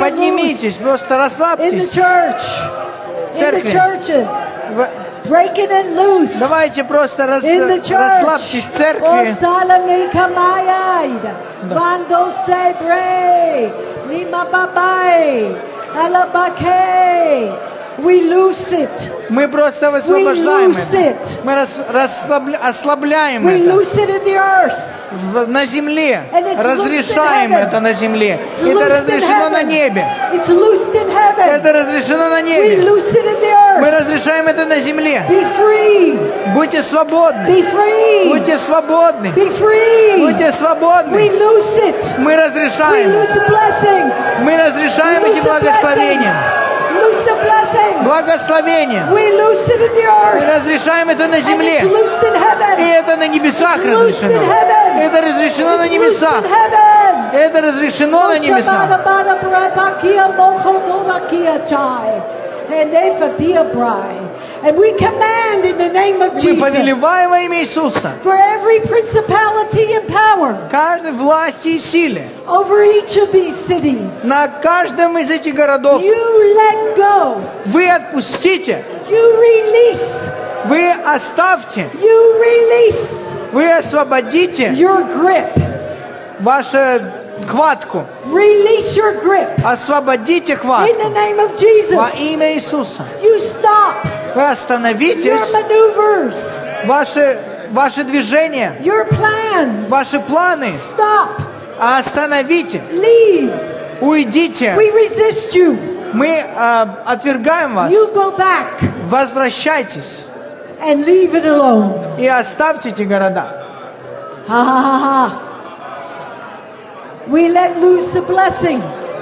loose.
поднимитесь, просто
In the
расслабьтесь.
church. In the
Церкви.
churches.
В-
Break it and loose.
Давайте просто рас-
In the
расслабьтесь в
church, Oh,
церкви.
Osalamin kamayay, Bando sebre, Nima babay, Alabake. We loose it.
Мы просто высвобождаем
We
это.
lose it.
Мы рас- расслабля- ослабляем
We
это
loose it in the earth.
в- на земле.
And it's
Разрешаем
loosed in heaven.
это на земле.
It's
Это
loosed in
разрешено на
heaven.
небе.
It's loosed in heaven.
Это разрешено на
We
небе.
loose it in the
Мы
earth.
разрешаем это на земле.
Be free.
Будьте свободны.
Be free.
Будьте свободны.
Be free.
Будьте
We
свободны.
loose it.
Мы
We
разрешаем.
loose the blessings.
Мы разрешаем
Loose
эти
the
благословения.
blessings. Loose the blessings.
Благословения.
We loose it in the
Мы
earth.
разрешаем это на
And
земле.
it's loosed in
И
heaven.
это на небесах
It's loosed in
разрешено.
heaven.
Это разрешено на
It's
небесах.
loosed in heaven.
Это разрешено на небесах.
And we command in the name of
Мы
Jesus
повелеваем во имя Иисуса.
for every principality and power
Каждой власти и силе.
over each of these cities.
На каждом из этих городов
You let go.
вы отпустите.
You release.
Вы оставьте.
You release
Вы освободите
your grip.
вашу хватку.
Release your grip
Освободите
in the
хватку.
name of
Во
Jesus.
имя Иисуса.
You stop
Вы
your
остановитесь.
maneuvers,
Ваши, ваши движения,
your plans.
ваши планы. а
Stop.
Остановите.
Leave.
Уйдите.
We resist you.
Мы э, отвергаем вас.
You go back
Возвращайтесь
and leave it alone.
и оставьте эти города.
Ha ha ha ha. We let loose the blessing.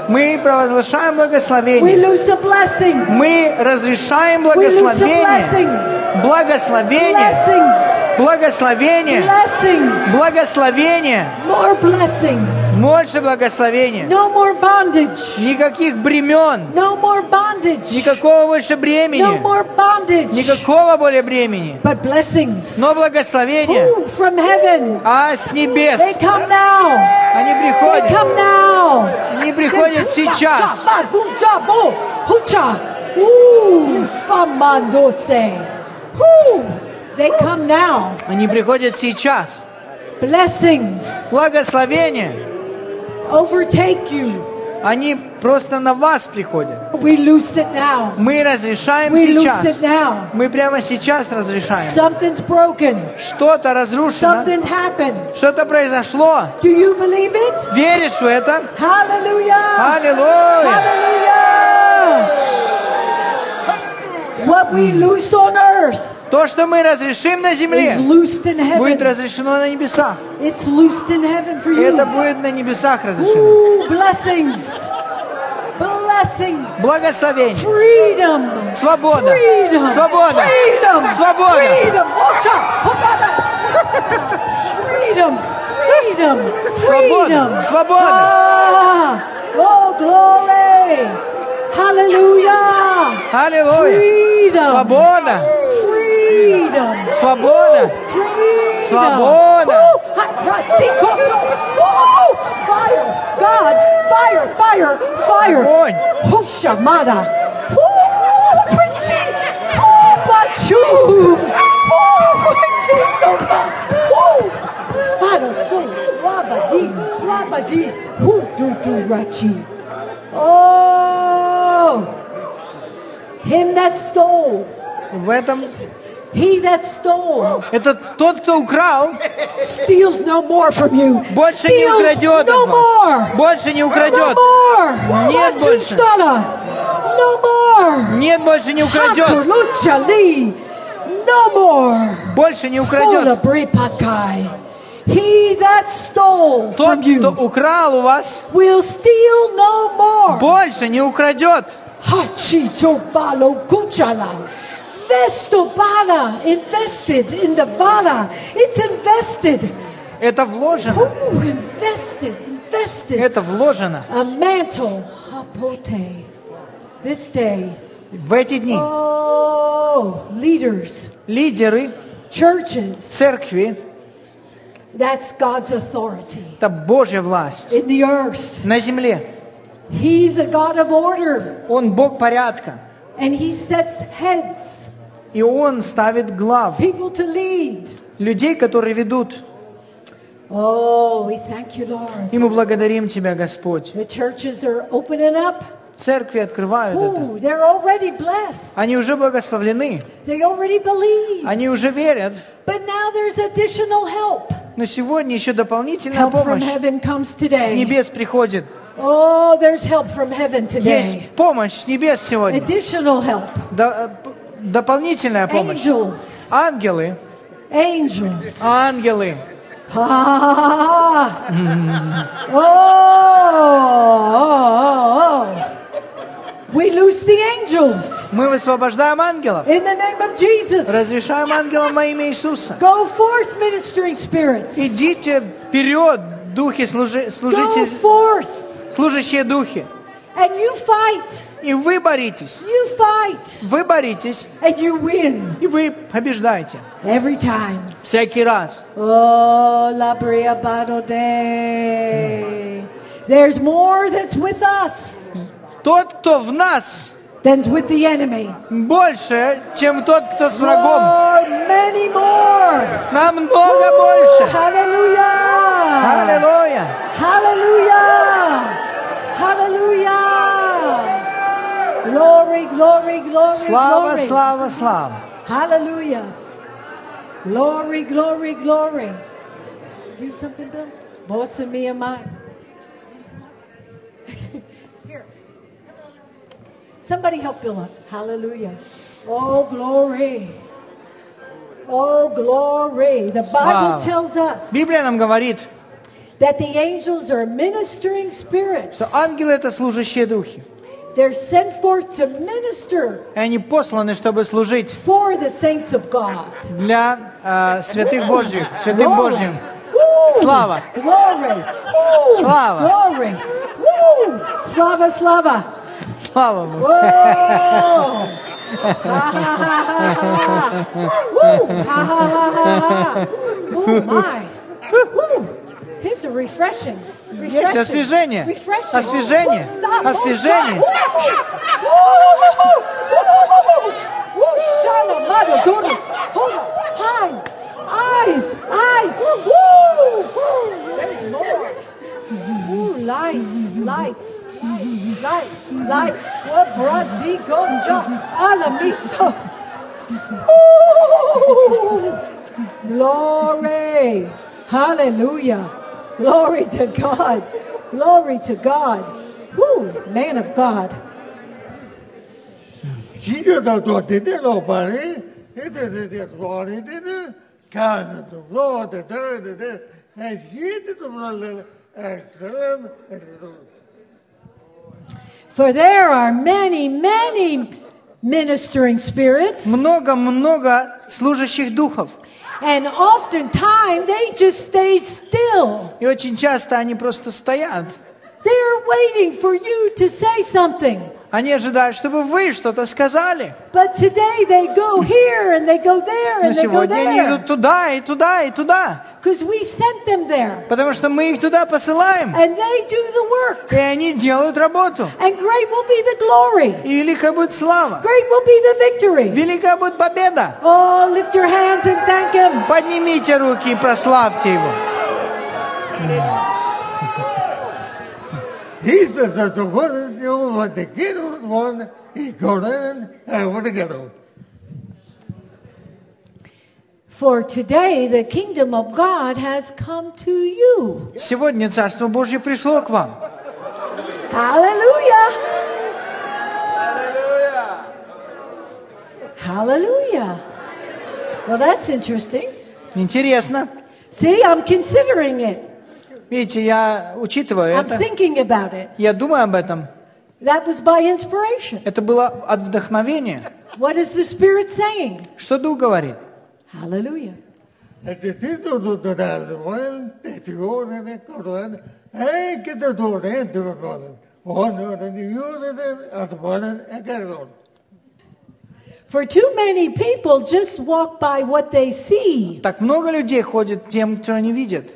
Мы провозглашаем
We
благословение.
lose the blessing.
Мы разрешаем
We lose the
благословение.
blessing.
Благословение.
Blessings.
Благословение.
Blessings.
Благословение.
More blessings.
Больше благословения.
No more bondage.
Никаких бремен.
No more bondage.
Никакого больше
No
бремени.
more bondage.
Никакого более бремени.
But blessings.
Но благословение.
Ooh, From heaven.
А с небес
They come now.
они
They
приходят.
come now.
Они приходят сейчас.
They come now.
Они приходят сейчас.
Blessings
Благословение.
overtake you.
Они просто на вас приходят.
We loose it now.
Мы разрешаем
We loose it
сейчас.
now.
Мы прямо сейчас разрешаем.
Something's broken.
Uh-huh. Что-то разрушено.
Something happened.
Что-то произошло.
Do you believe it?
Веришь в это?
Hallelujah.
Аллилуйя!
Hallelujah. What we loose on earth
То, что мы разрешим на
is
земле,
loosed in
будет
heaven.
разрешено на небесах.
It's loosed in heaven for
И это
you.
будет на небесах разрешено.
Ooh, blessings. Blessings.
Благословение.
Freedom.
Свобода.
Freedom.
Свобода.
Freedom.
Свобода.
Freedom. Watch out. Hop out of- Freedom. Freedom.
Свобода.
Freedom.
Свобода.
Ah, oh, glory. Hallelujah. Oh,
Аллилуйя!
Freedom.
Свобода!
Freedom.
Свобода!
Freedom.
Свобода.
Woo! Hot rod, seat, control. Woo! Fire. God. Fire. Fire. Fire.
Огонь.
Hushamada. Woo! Причи. Woo! Бачу. Woo! Причи. Дома. Woo! Парусу. Лабади. Лабади. Woo! Ду-ду. Рачи. Oh! Him that stole.
В этом
He that stole.
это тот, кто украл,
steals no more from you.
больше не
Steals
украдет
no
от вас.
more.
Больше не украдет.
No more.
Нет
Fortune
больше.
teller. No more.
Нет, больше не украдет.
Hatuluchali. No more.
Больше не украдет.
Fulabripakai. He that stole
Тот,
from you
кто украл у вас,
will steal no more.
больше не украдет.
Hachi Chobalo Kuchala. Vestobala invested in the Vala. It's invested.
Это вложено.
Ooh, invested, invested.
Это вложено
a mantle hapote this day
в эти дни.
oh leaders
Лидеры
churches
церкви
that's god's authority
– это Божья власть
in the earth
на земле.
he's a god of order
Он Бог порядка.
and he sets heads
И Он ставит глав.
people to lead
Людей, которые ведут.
oh we thank you lord
И мы благодарим Тебя, Господь.
the churches are opening up
Церкви открывают это.
Ooh, they're already blessed.
Они уже благословлены,
They already believe.
они уже верят,
But now there's additional help.
но сегодня еще дополнительная
Help from
помощь
heaven comes
с
today.
небес приходит.
Oh, there's help from heaven today.
Есть помощь с небес сегодня,
Additional help.
До- э, п- дополнительная помощь.
Angels.
Ангелы,
Angels.
ангелы,
Ah. Oh, oh, oh, oh. We loose the angels
мы высвобождаем ангелов,
in the name of Jesus.
разрешаем ангелам во имя Иисуса.
Go forth, ministering spirits.
Идите вперед, духи служи-
Go
служите,
forth.
служащие духи,
And you fight.
и вы боритесь,
You fight.
вы боритесь,
And you win
и вы побеждаете
every time.
всякий раз.
Oh, la bria bado day. There's more that's with us
Тот, кто в нас,
than's with the enemy.
больше, чем тот, кто с врагом.
Lord, many more.
Намного
Woo,
больше.
Hallelujah.
Аллилуйя.
Hallelujah. Hallelujah. Glory, glory, glory,
Слава,
glory.
слава, слава.
Hallelujah. Glory, glory, glory. You something, Bill? Boss and me and mine. Here. Somebody help Bill up. Hallelujah. Oh, glory. Oh, glory. The Bible
Wow.
tells us
Библия нам говорит,
that the angels are ministering spirits.
что ангелы это служащие духи.
They're sent forth to minister
И они посланы, чтобы служить
for the saints of God.
для э, святых Божьих, святым
Glory.
Божьим.
Woo!
Слава.
Glory. Woo!
Слава.
Glory. Woo! Слава, слава.
Слава Богу.
Whoa! Ха-ха-ха-ха-ха. Woo! Ха-ха-ха-ха-ха. Oh my. Woo! Here's a refreshing.
Есть освежение.
Refreshing.
Освежение.
Woo! Stop. Woo! Stop.
Освежение.
Woo! Woo! Woo! Woo! Shana, mother, daughters. Hold on. Eyes. Eyes. Eyes. Woo! There's more. Ooh, lights, lights, light, light, light. What brought Z go jump? Alamiso. Ooh, glory. Hallelujah. Glory to God. Glory to God. Woo, man of God.
Chigata to tete no pare, e te te te cuore te te, cana to lo te te te te, e chiede to brale, e crem, e to.
For there are many, many ministering spirits,
Много-много служащих духов.
and oftentimes they just stay still.
И очень часто они просто стоят.
They're waiting for you to say something.
Они ожидают, чтобы вы что-то сказали.
But today they go here and they go there
Но
and they go
сегодня они
there
идут туда и туда и туда.
because we sent them there
Потому что мы их туда посылаем.
and they do the work.
И они делают работу.
And great will be the glory,
И велика будет слава.
great will be the victory.
Велика будет победа.
Oh, lift your hands and thank Him.
Поднимите руки и прославьте Его.
Iste te to cuore di un vatequero, one, e corren, e vatequero.
For today the kingdom of God has come to you.
Сегодня Царство Божье пришло к вам.
Hallelujah. Hallelujah. Well, that's interesting.
Интересно.
See, I'm considering it.
Видите, я учитываю
I'm
это.
thinking about it.
Я думаю об этом.
That was by inspiration.
Это было от вдохновения.
What is the Spirit saying?
Что Дух говорит?
Hallelujah.
E te te to to to dal, one, e te cuore, e corren, e che te to re, te cuore. One, one, di cuore, e te cuore, e carron.
For too many people just walk by what they see,
Так много людей ходит тем, кто не видит.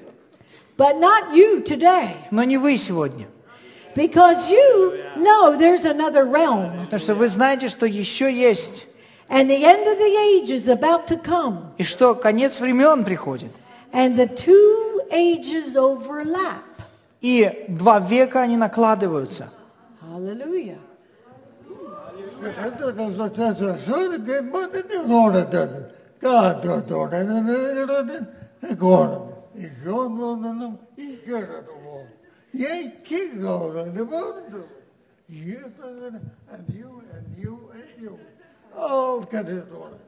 but not you today.
Но не вы сегодня.
Because you know there's another realm,
Потому что вы знаете, что еще есть.
and the end of the age is about to come,
И что конец времен приходит.
and the two ages overlap.
И два века они накладываются.
Hallelujah.
Ja tähendab, et nad ütlevad, see on niimoodi, et noored on ka noored on ja koorem. ikka on , on , on , on , ikka ära tuleb . ja ikka koorem ja koorem . ja koorem ja ju , ja ju , ja ju . algade tuleb .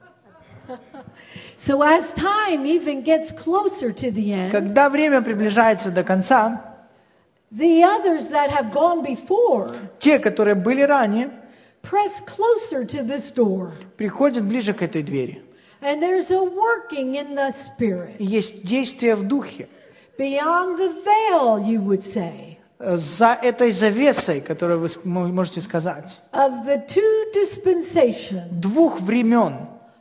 So as time even gets closer to the end,
Когда время приближается до конца,
the others that have gone before
те, которые были ранее,
press closer to this door.
приходят ближе к этой двери.
And there's a working in the spirit
И Есть действие в духе.
beyond the veil, you would say,
Э, За этой завесой, которую вы ск- мо- можете сказать,
of the two dispensations
двух времен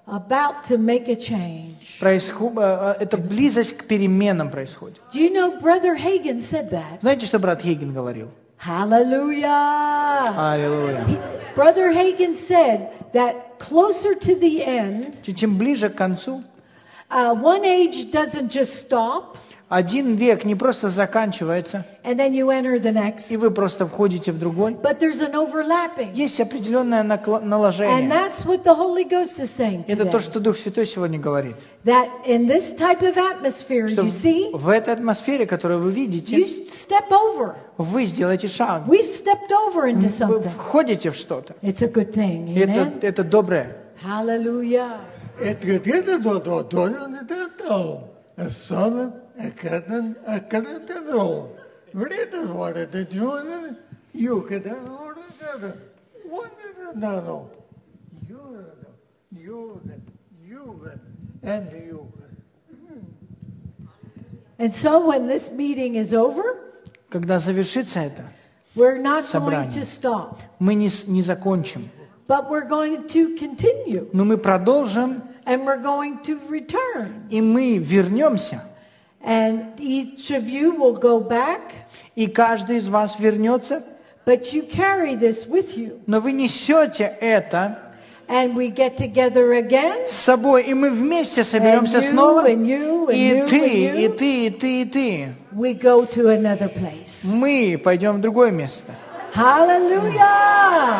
about to make a change.
происход- э, э, эта близость к переменам происходит.
Do you know Brother Hagen said that?
Знаете, что брат Хейген говорил?
Hallelujah.
Аллилуйя.
He- Brother Hagen said that closer to the end,
Че- Чем ближе к концу,
uh, one age doesn't just stop
один век не просто заканчивается,
and then you enter the next,
и вы просто входите в другой.
but there's an overlapping.
Есть определенное накла-
And
наложение.
that's what the Holy Ghost is saying
Это то,
today.
что Дух Святой сегодня говорит.
That in this type of atmosphere,
Что
you see,
в этой атмосфере, которую вы
you
видите,
step over.
вы сделаете шаг.
We've stepped over into
Вы
something.
входите в что-то.
It's a good thing. Amen.
Это, это доброе.
Hallelujah.
et ka teine toode , toode on tähendab , et saan , äkki , äkki tähendab on . Vrede noored , et juurde , juurde noored teada , uuendada nad on . juurde , juurde , juurde , enda juurde .
And so when this meeting is over,
Когда завершится это,
we're not going
Собрание.
to stop,
мы не, с- не закончим,
but we're going to continue
но мы продолжим,
and we're going to return.
и мы вернемся.
And each of you will go back,
И каждый из вас вернется,
but you carry this with you.
но вы несете это
And we get together again.
с собой, и мы вместе соберемся
And you,
снова.
and you, and
И
you, and
ты, и
you.
ты, и ты, и ты.
We go to another place.
Мы пойдем в другое место.
Hallelujah!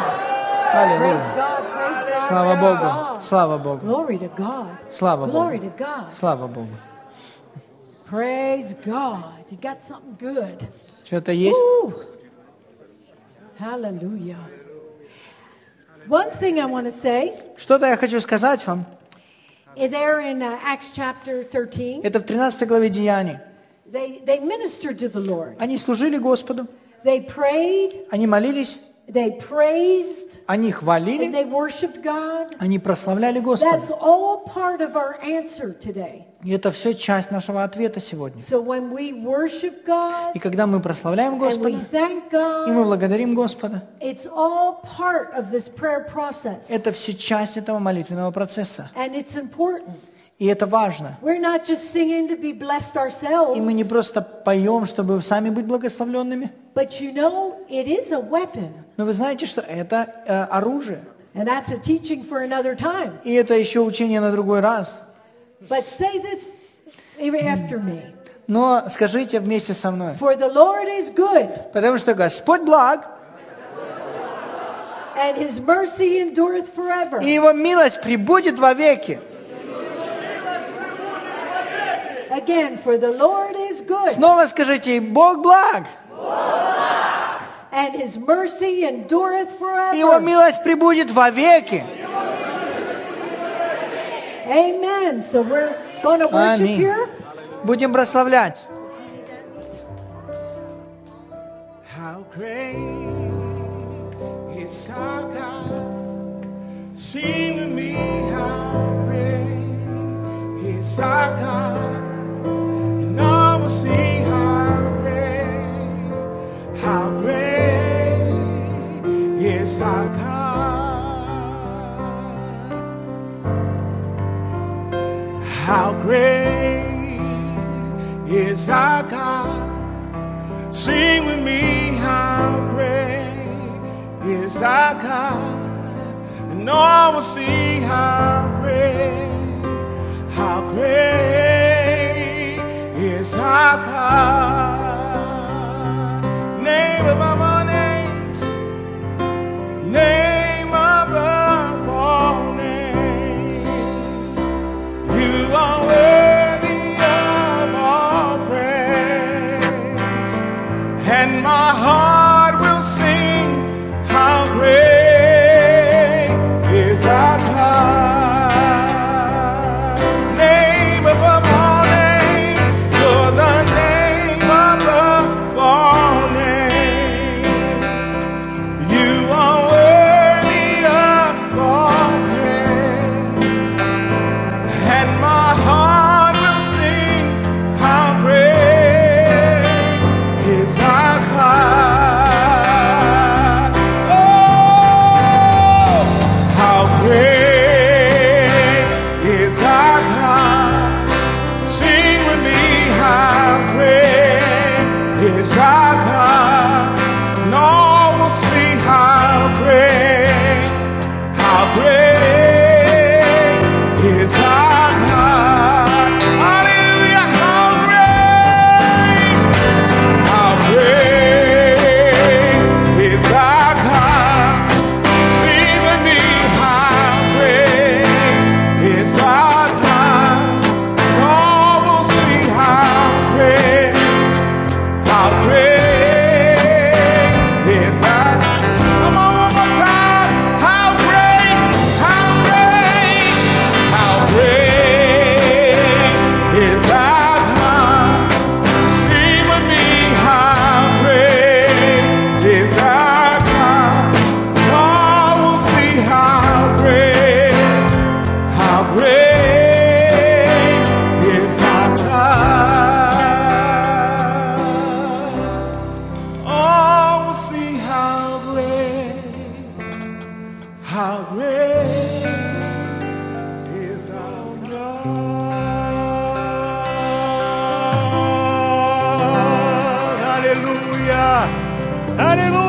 Praise
Аллилуйя.
God, praise God.
Слава
praise
Богу,
God.
слава Богу,
Glory to God.
Слава Богу.
Glory to God.
слава Богу.
Praise God. You got something good.
Что-то есть?
Ooh. Hallelujah. One thing I want to say,
Что-то я хочу сказать вам.
eh, there in uh, Acts chapter 13,
Это в 13 главе Деяний.
they, they ministered to the Lord.
Они служили Господу,
They prayed,
они молились,
they praised,
они
and
хвалили,
they worshiped God.
они прославляли Господа.
That's all part of our answer today.
И это все часть нашего ответа сегодня.
So when we worship God
И когда мы прославляем
and we
Господа,
thank
и мы
God,
благодарим Господа,
it's all part of this prayer process.
это все часть этого молитвенного процесса.
And it's important.
И это важно.
We're not just singing to be blessed
И мы не
ourselves,
просто поем, чтобы сами быть благословленными,
but you know, it is a weapon.
но вы знаете, что это э, оружие.
And that's a teaching for another time.
И это еще учение на другой раз.
But say this after me.
Но скажите вместе со мной.
For the Lord is good,
Потому что Господь благ,
and his mercy endureth forever.
и Его милость прибудет вовеки.
Again, for the Lord is good,
Снова скажите, «И Бог благ,
and his mercy endureth
и Его
forever.
милость прибудет вовеки.
Amen. So we're going to worship
Аминь.
here.
Будем прославлять.
How great is our God? Sing with me, how great is our God? And all will see how great, how great is our God. How great is our God? Sing with me how great is our God, and all will see how great, how great is our God. Name above all names, my heart will sing how great is our God. Name above all names, you're the name above all names. You are worthy of all praise and my heart will sing how great is our God. Oh, how great is our God. Sing with me how great is our God. And all will see how great how great is our God. Hallelujah. How great. How great is our God. Sing with me. How great is our God. And all will see how great. How great is thy Come on one more time. How great, how great, how great is thy God. Sing with me, how great is thy God. All will see how great, how great is thy God. Oh, we'll see how great, how great is our God. Hallelujah. Hallelujah.